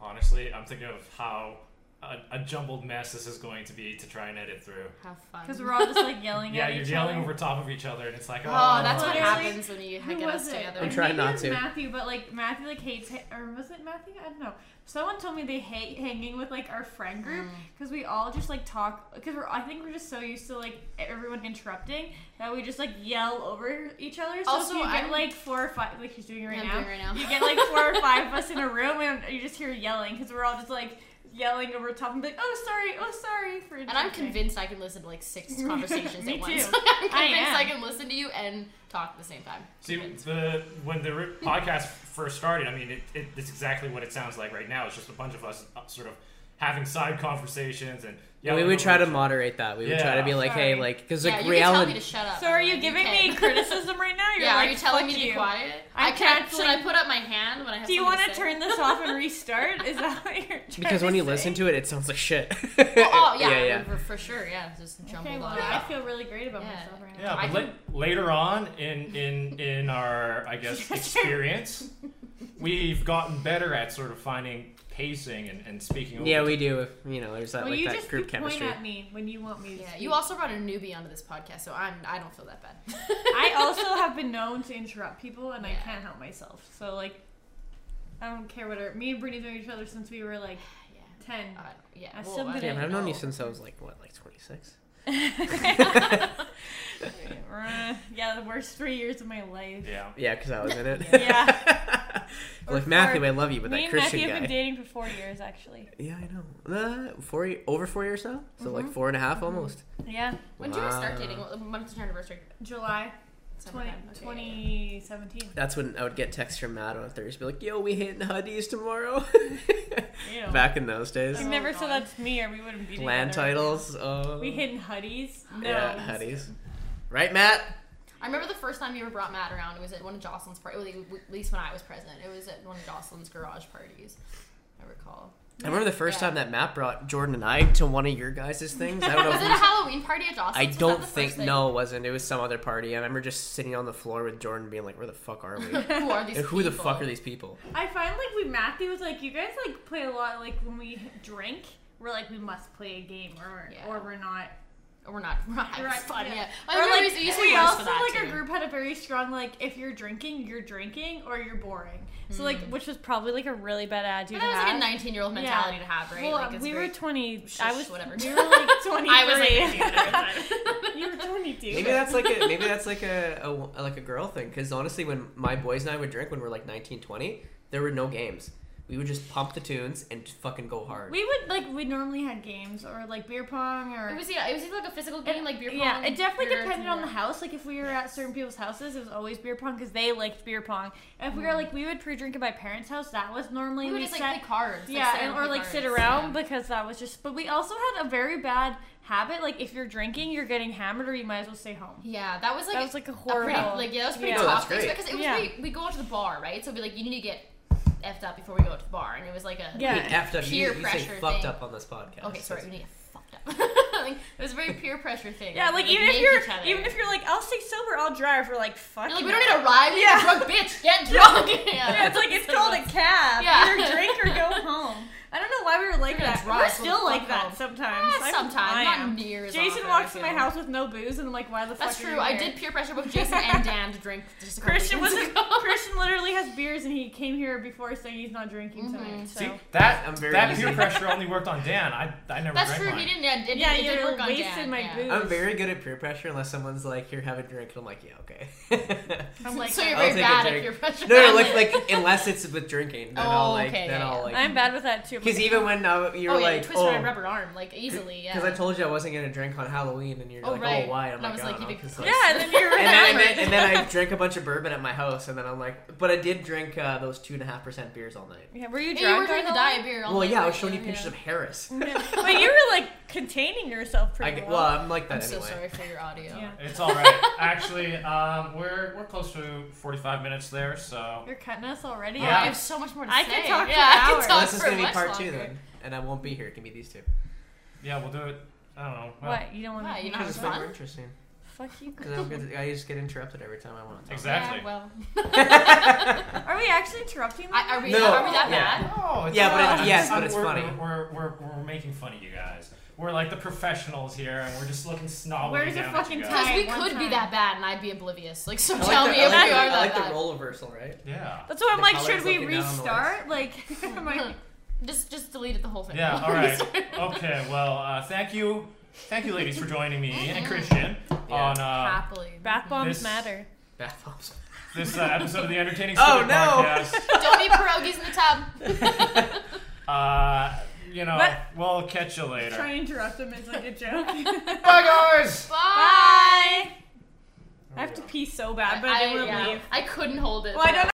Speaker 4: honestly I'm thinking of how a, a jumbled mess this is going to be to try and edit through.
Speaker 1: Have fun.
Speaker 2: Because we're all just like yelling
Speaker 4: Yeah,
Speaker 2: at
Speaker 4: you're
Speaker 2: each
Speaker 4: yelling
Speaker 2: other.
Speaker 4: over top of each other, and it's like, oh,
Speaker 1: Oh, that's what
Speaker 2: Literally,
Speaker 1: happens when you
Speaker 2: Who
Speaker 1: get us
Speaker 2: was it?
Speaker 1: together.
Speaker 3: I'm trying
Speaker 2: Maybe
Speaker 3: not
Speaker 2: it was
Speaker 3: to.
Speaker 2: Matthew, but like Matthew like hates or was it Matthew? I don't know. Someone told me they hate hanging with like our friend group
Speaker 1: Mm.
Speaker 2: because we all just like talk because we're I think we're just so used to like everyone interrupting that we just like yell over each other. So
Speaker 1: Also,
Speaker 2: if you get
Speaker 1: I'm-
Speaker 2: like four or five like she's doing right
Speaker 1: I'm
Speaker 2: now.
Speaker 1: doing right now.
Speaker 2: You get like four or five of us in a room and you just hear yelling because we're all just like yelling over top and be like oh sorry oh sorry for
Speaker 1: And I'm
Speaker 2: interrupting."
Speaker 1: convinced I can listen to like six conversations
Speaker 2: Me
Speaker 1: at
Speaker 2: too.
Speaker 1: once. I'm convinced
Speaker 2: I am.
Speaker 1: I, can listen to you and talk at the same time.
Speaker 4: See, the when the re- podcast first started, I mean, it, it, it's exactly what it sounds like right now. It's just a bunch of us uh, sort of having side conversations and
Speaker 3: Yeah,
Speaker 4: yeah.
Speaker 3: we would try to moderate that. We would try to be
Speaker 4: Yeah.
Speaker 3: like,
Speaker 2: Sorry.
Speaker 3: hey, like, because
Speaker 1: yeah,
Speaker 3: like
Speaker 1: you can tell me
Speaker 3: reality.
Speaker 1: to shut up.
Speaker 2: So are you
Speaker 1: Like,
Speaker 2: giving
Speaker 1: okay.
Speaker 2: me criticism right now? You're
Speaker 1: yeah,
Speaker 2: like,
Speaker 1: are you telling me
Speaker 2: "Fuck
Speaker 1: to
Speaker 2: you."
Speaker 1: be quiet?
Speaker 2: I'm
Speaker 1: I can't.
Speaker 2: canceling-
Speaker 1: Should I put up my hand when I have?
Speaker 2: Do you
Speaker 1: want
Speaker 2: want to turn this off and restart? Is that what you're trying
Speaker 3: Because
Speaker 2: to
Speaker 3: when you
Speaker 2: say?
Speaker 3: listen to it, it sounds like shit.
Speaker 1: Oh, oh yeah,
Speaker 3: yeah,
Speaker 1: For, for sure. Yeah, it's just jumbled
Speaker 2: Okay, well,
Speaker 1: up.
Speaker 2: I feel really great about
Speaker 1: Yeah.
Speaker 2: myself right now.
Speaker 4: Yeah,
Speaker 1: I
Speaker 4: but la- later on in in in our I guess experience, we've gotten better at sort of finding pacing and, and speaking. over
Speaker 3: yeah, we do. You know, there's that
Speaker 2: Well,
Speaker 3: like
Speaker 2: you
Speaker 3: that
Speaker 2: just
Speaker 3: group
Speaker 2: you point
Speaker 3: chemistry.
Speaker 2: at me when you want me to.
Speaker 1: Yeah,
Speaker 2: speak.
Speaker 1: you also brought a newbie onto this podcast, so I'm. I don't feel that bad.
Speaker 2: I also have been known to interrupt people, and I
Speaker 1: Yeah.
Speaker 2: can't help myself. So like, I don't care what. Our, me and Brittany's known each other since we were like
Speaker 1: yeah.
Speaker 2: ten.
Speaker 1: I don't- yeah.
Speaker 2: I
Speaker 1: well, uh,
Speaker 2: still
Speaker 1: I
Speaker 2: didn't-
Speaker 1: don't
Speaker 3: Damn, I've known you
Speaker 1: know.
Speaker 3: since I was like what, like 26.
Speaker 2: uh, yeah, the worst three years of my life.
Speaker 4: Yeah.
Speaker 3: Yeah, because I was in it.
Speaker 2: Yeah.
Speaker 3: like
Speaker 2: Or-
Speaker 3: Matthew,
Speaker 2: or-
Speaker 3: I love you, but
Speaker 2: me
Speaker 3: that
Speaker 2: and
Speaker 3: Christian
Speaker 2: Matthew
Speaker 3: guy.
Speaker 2: have been dating for four years, actually.
Speaker 3: Yeah, I know. Uh, four ye- over four years now, so like
Speaker 2: Mm-hmm.
Speaker 3: four and a half almost.
Speaker 2: Yeah,
Speaker 1: When did you guys start dating?
Speaker 3: Wow.
Speaker 1: What month did your anniversary?
Speaker 2: July
Speaker 1: Summertime,
Speaker 2: 20,
Speaker 1: okay.
Speaker 2: 2017.
Speaker 3: That's when I would get texts from Matt on Thursday, be like, "Yo, we hitting Huddies tomorrow."
Speaker 2: Ew.
Speaker 3: Back in those days,
Speaker 2: We
Speaker 1: Oh,
Speaker 2: never said
Speaker 1: God.
Speaker 2: that's me, or we wouldn't be
Speaker 3: plan
Speaker 2: together.
Speaker 3: titles. Oh,
Speaker 2: We hidden hoodies. No.
Speaker 3: yeah, Huddies. Right, Matt?
Speaker 1: I remember the first time you ever brought Matt around. It was at one of Jocelyn's parties. At least when I was present, it was at one of Jocelyn's garage parties. I recall.
Speaker 3: I remember the first
Speaker 1: Yeah.
Speaker 3: time that Matt brought Jordan and I to one of your guys' things. I don't know.
Speaker 1: Was
Speaker 3: if
Speaker 1: it a
Speaker 3: it was-
Speaker 1: Halloween party at Jocelyn's?
Speaker 3: I
Speaker 1: Was that
Speaker 3: don't
Speaker 1: the first
Speaker 3: think
Speaker 1: thing?
Speaker 3: no, it wasn't. It was some other party. I remember just sitting on the floor with Jordan, being like, "Where the fuck are we?
Speaker 1: Who are these?
Speaker 3: and who the
Speaker 1: people?
Speaker 3: fuck are these people?"
Speaker 2: I find like we Matthew was like you guys like play a lot like when we drink we're like we must play a game or
Speaker 1: Yeah.
Speaker 2: or we're not.
Speaker 1: We're not. We're not having
Speaker 2: Right,
Speaker 1: fun
Speaker 2: yeah.
Speaker 1: yet.
Speaker 2: Or,
Speaker 1: I
Speaker 2: like,
Speaker 1: like, we used to
Speaker 2: we
Speaker 1: be worse
Speaker 2: also
Speaker 1: for that
Speaker 2: like our
Speaker 1: too.
Speaker 2: group had a very strong like if you're drinking you're drinking or you're boring. So like which was probably like a really bad attitude.
Speaker 1: Hmm. But
Speaker 2: to
Speaker 1: that was like a
Speaker 2: have.
Speaker 1: 19 year old mentality to have, right?
Speaker 2: Well,
Speaker 1: like, it's
Speaker 2: we
Speaker 1: very-
Speaker 2: were twenty. I
Speaker 1: Shush,
Speaker 2: was
Speaker 1: whatever.
Speaker 2: We were like twenty.
Speaker 1: I was
Speaker 2: you were twenty two.
Speaker 3: Maybe that's like a maybe that's like a, a like a girl thing. Because honestly, when my boys and I would drink when we were like 19, 20, there were no games. We would just pump the tunes and just fucking go hard.
Speaker 2: We would like we normally had games or like beer pong or
Speaker 1: It was yeah. It was either like a physical
Speaker 2: It-
Speaker 1: game, like beer pong.
Speaker 2: Yeah, it definitely
Speaker 1: billiards,
Speaker 2: depended on the
Speaker 1: and-
Speaker 2: house. Like if we were at certain people's houses, it was always beer pong because they liked beer pong. And if we were like we would pre-drink at my parents' house, that was normally
Speaker 1: Mm-hmm. We would
Speaker 2: we
Speaker 1: just like
Speaker 2: sat-
Speaker 1: play cards.
Speaker 2: yeah,
Speaker 1: sit
Speaker 2: and,
Speaker 1: and
Speaker 2: or
Speaker 1: play
Speaker 2: like sit
Speaker 1: cards,
Speaker 2: around
Speaker 1: yeah.
Speaker 2: because that was just. But we also had a very bad habit. Like if you're drinking, you're getting hammered, or you might as well stay home.
Speaker 1: Yeah, that was like
Speaker 2: that was like a
Speaker 1: a
Speaker 2: horrible.
Speaker 1: pretty, like yeah, that was pretty
Speaker 2: Yeah.
Speaker 3: No, that's
Speaker 1: tough. Because
Speaker 3: great.
Speaker 1: it was
Speaker 2: Yeah.
Speaker 1: we, we go out to the bar, right? So it'd be like you need to get effed up before we go out to the bar, and it was like a
Speaker 2: Yeah.
Speaker 3: Effed up. You,
Speaker 1: Peer
Speaker 3: you say
Speaker 1: pressure
Speaker 3: fucked
Speaker 1: thing.
Speaker 3: up on this podcast.
Speaker 1: Okay, sorry,
Speaker 3: That's-
Speaker 1: we need to get fucked up. something. It was a very peer pressure thing.
Speaker 2: Yeah, like even if
Speaker 1: make each
Speaker 2: you're
Speaker 1: other.
Speaker 2: even if you're like, I'll stay sober, I'll drive. We're like, fuck.
Speaker 1: You're like,
Speaker 2: no.
Speaker 1: we don't need a ride. We need
Speaker 2: Yeah.
Speaker 1: a drunk bitch. Get drunk. Yeah,
Speaker 2: Yeah, it's like it's called a cab.
Speaker 1: Yeah.
Speaker 2: Either drink or go home. I don't know why we were like
Speaker 1: We're gonna
Speaker 2: that.
Speaker 1: drive,
Speaker 2: We're
Speaker 1: we'll
Speaker 2: still like
Speaker 1: fuck home.
Speaker 2: that sometimes.
Speaker 1: Yeah,
Speaker 2: I'm-
Speaker 1: sometimes,
Speaker 2: I
Speaker 1: not
Speaker 2: am.
Speaker 1: near as
Speaker 2: Jason
Speaker 1: often,
Speaker 2: walks
Speaker 1: I
Speaker 2: in my
Speaker 1: feel.
Speaker 2: house with no booze, and I'm like, why the
Speaker 1: That's
Speaker 2: fuck? are
Speaker 1: true.
Speaker 2: you
Speaker 1: I
Speaker 2: here?
Speaker 1: did peer pressure both Jason and Dan to drink. Just a couple
Speaker 2: Christian
Speaker 1: weekends
Speaker 2: wasn't-
Speaker 1: ago.
Speaker 2: Christian literally has beers, and he came here before saying he's not drinking
Speaker 1: Mm-hmm.
Speaker 2: tonight. So.
Speaker 4: See that
Speaker 3: I'm very
Speaker 4: that
Speaker 3: easy.
Speaker 4: peer pressure only worked on Dan. I I never
Speaker 1: That's
Speaker 4: drank
Speaker 1: true.
Speaker 4: mine.
Speaker 1: He didn't. Yeah, it,
Speaker 2: Yeah,
Speaker 1: it
Speaker 2: you
Speaker 1: did work on
Speaker 2: wasted
Speaker 1: Dan,
Speaker 2: my
Speaker 1: yeah.
Speaker 2: booze.
Speaker 3: I'm very good at peer pressure unless someone's like, "Here, have a drink," and I'm like, "Yeah, okay."
Speaker 2: I'm like,
Speaker 1: so you're
Speaker 3: I'll
Speaker 1: very
Speaker 3: take a
Speaker 1: bad at
Speaker 3: drink.
Speaker 1: peer pressure.
Speaker 3: no, no, like, like unless it's with drinking, then
Speaker 1: Oh,
Speaker 3: I'll like,
Speaker 1: okay, yeah,
Speaker 3: then
Speaker 1: yeah.
Speaker 3: I'll like,
Speaker 2: I'm bad with that too.
Speaker 3: because even when uh, you were
Speaker 1: oh yeah, you
Speaker 3: like,
Speaker 1: twist
Speaker 3: "Oh,"
Speaker 1: my rubber arm like easily. Yeah.
Speaker 3: because I told you I wasn't gonna drink on Halloween, and you're
Speaker 1: Oh,
Speaker 3: like,
Speaker 1: right.
Speaker 3: "Oh, why?" I'm
Speaker 1: And I
Speaker 3: like,
Speaker 1: was
Speaker 3: "I
Speaker 1: like,
Speaker 3: don't
Speaker 1: you
Speaker 3: know,"
Speaker 1: big
Speaker 3: 'cause,
Speaker 1: slut.
Speaker 3: like,
Speaker 2: yeah, and then you
Speaker 3: and then, and,
Speaker 2: remember.
Speaker 3: then, and then I drank a bunch of bourbon at my house, and then I'm like, but I did drink uh, those two and a half percent beers all night.
Speaker 2: Yeah, were you
Speaker 1: Yeah,
Speaker 2: drunk?
Speaker 1: you were
Speaker 2: on
Speaker 1: drinking the diet beer. all
Speaker 3: Well,
Speaker 1: night,
Speaker 3: yeah, I was
Speaker 1: right?
Speaker 3: showing you
Speaker 1: Yeah.
Speaker 3: pictures of Harris.
Speaker 2: Halloween? but you were like containing yourself
Speaker 3: I,
Speaker 2: pretty
Speaker 3: get- well,
Speaker 2: well.
Speaker 3: I'm like
Speaker 1: I'm
Speaker 3: that
Speaker 1: so
Speaker 3: anyway.
Speaker 1: sorry for your audio.
Speaker 2: Yeah.
Speaker 4: It's all right. Actually, um, we're we're close to 45 minutes there, so
Speaker 5: You're cutting us already.
Speaker 1: Oh, I have so much more to
Speaker 2: I
Speaker 1: say.
Speaker 2: could talk for
Speaker 1: yeah, I
Speaker 2: hours.
Speaker 1: can
Speaker 3: Well,
Speaker 1: talk
Speaker 3: this is
Speaker 1: for
Speaker 3: gonna be
Speaker 1: much
Speaker 3: part two
Speaker 1: longer.
Speaker 3: then, and I won't be here. It can be these two.
Speaker 4: yeah, we'll do it. I don't know. Well,
Speaker 2: what? You don't want
Speaker 1: Why,
Speaker 2: to?
Speaker 1: you know-
Speaker 3: Because it's
Speaker 1: fun?
Speaker 3: way more interesting.
Speaker 2: Fuck you.
Speaker 3: Because I'm good- I just get interrupted every time I want to talk.
Speaker 4: Exactly.
Speaker 1: Yeah, well,
Speaker 2: Are we actually interrupting? them?
Speaker 1: I, are we?
Speaker 3: No.
Speaker 1: Are we that
Speaker 3: Yeah.
Speaker 1: bad?
Speaker 4: No, Oh, it's
Speaker 3: Yeah, but
Speaker 4: not.
Speaker 3: it- yes,
Speaker 4: I'm-
Speaker 3: but it's
Speaker 4: we're,
Speaker 3: funny.
Speaker 4: We're, we're, we're, we're making fun of you guys. We're like the professionals here, and we're just looking snobby.
Speaker 5: Where's your
Speaker 4: down at
Speaker 5: fucking
Speaker 4: you guys.
Speaker 1: Because we
Speaker 5: Alright, one
Speaker 1: could be
Speaker 5: time.
Speaker 1: that bad, and I'd be oblivious. Like, so
Speaker 3: I like
Speaker 1: tell
Speaker 3: the,
Speaker 1: me
Speaker 3: I
Speaker 1: if
Speaker 3: like
Speaker 1: we
Speaker 3: the,
Speaker 1: are
Speaker 3: I
Speaker 1: that
Speaker 3: like
Speaker 1: bad.
Speaker 3: the role reversal, right?
Speaker 4: Yeah.
Speaker 2: That's why I'm
Speaker 3: The
Speaker 2: like,
Speaker 3: color
Speaker 2: should
Speaker 3: is
Speaker 2: we
Speaker 3: looking down on the
Speaker 2: restart? Like, am I-
Speaker 1: Just, just delete the whole thing.
Speaker 4: Yeah. All right. Okay. Well, uh, thank you, thank you, ladies, for joining me
Speaker 2: Mm-hmm.
Speaker 4: and Christian on uh,
Speaker 1: Happily.
Speaker 2: bath bombs
Speaker 4: This-
Speaker 2: matter.
Speaker 3: Bath bombs.
Speaker 4: this uh, episode of the Entertaining
Speaker 3: Oh,
Speaker 4: Stupid
Speaker 3: no.
Speaker 4: Podcast.
Speaker 1: Don't eat pierogies in the tub.
Speaker 4: Uh, you know,
Speaker 2: But-
Speaker 4: we'll catch you later.
Speaker 2: Try and interrupt him is like a joke.
Speaker 4: Bye, guys.
Speaker 1: Bye.
Speaker 2: Bye. I have to pee so bad, but I,
Speaker 1: I-
Speaker 2: didn't want to
Speaker 1: Oh, yeah,
Speaker 2: leave.
Speaker 1: I couldn't hold it.
Speaker 2: Well, I don't know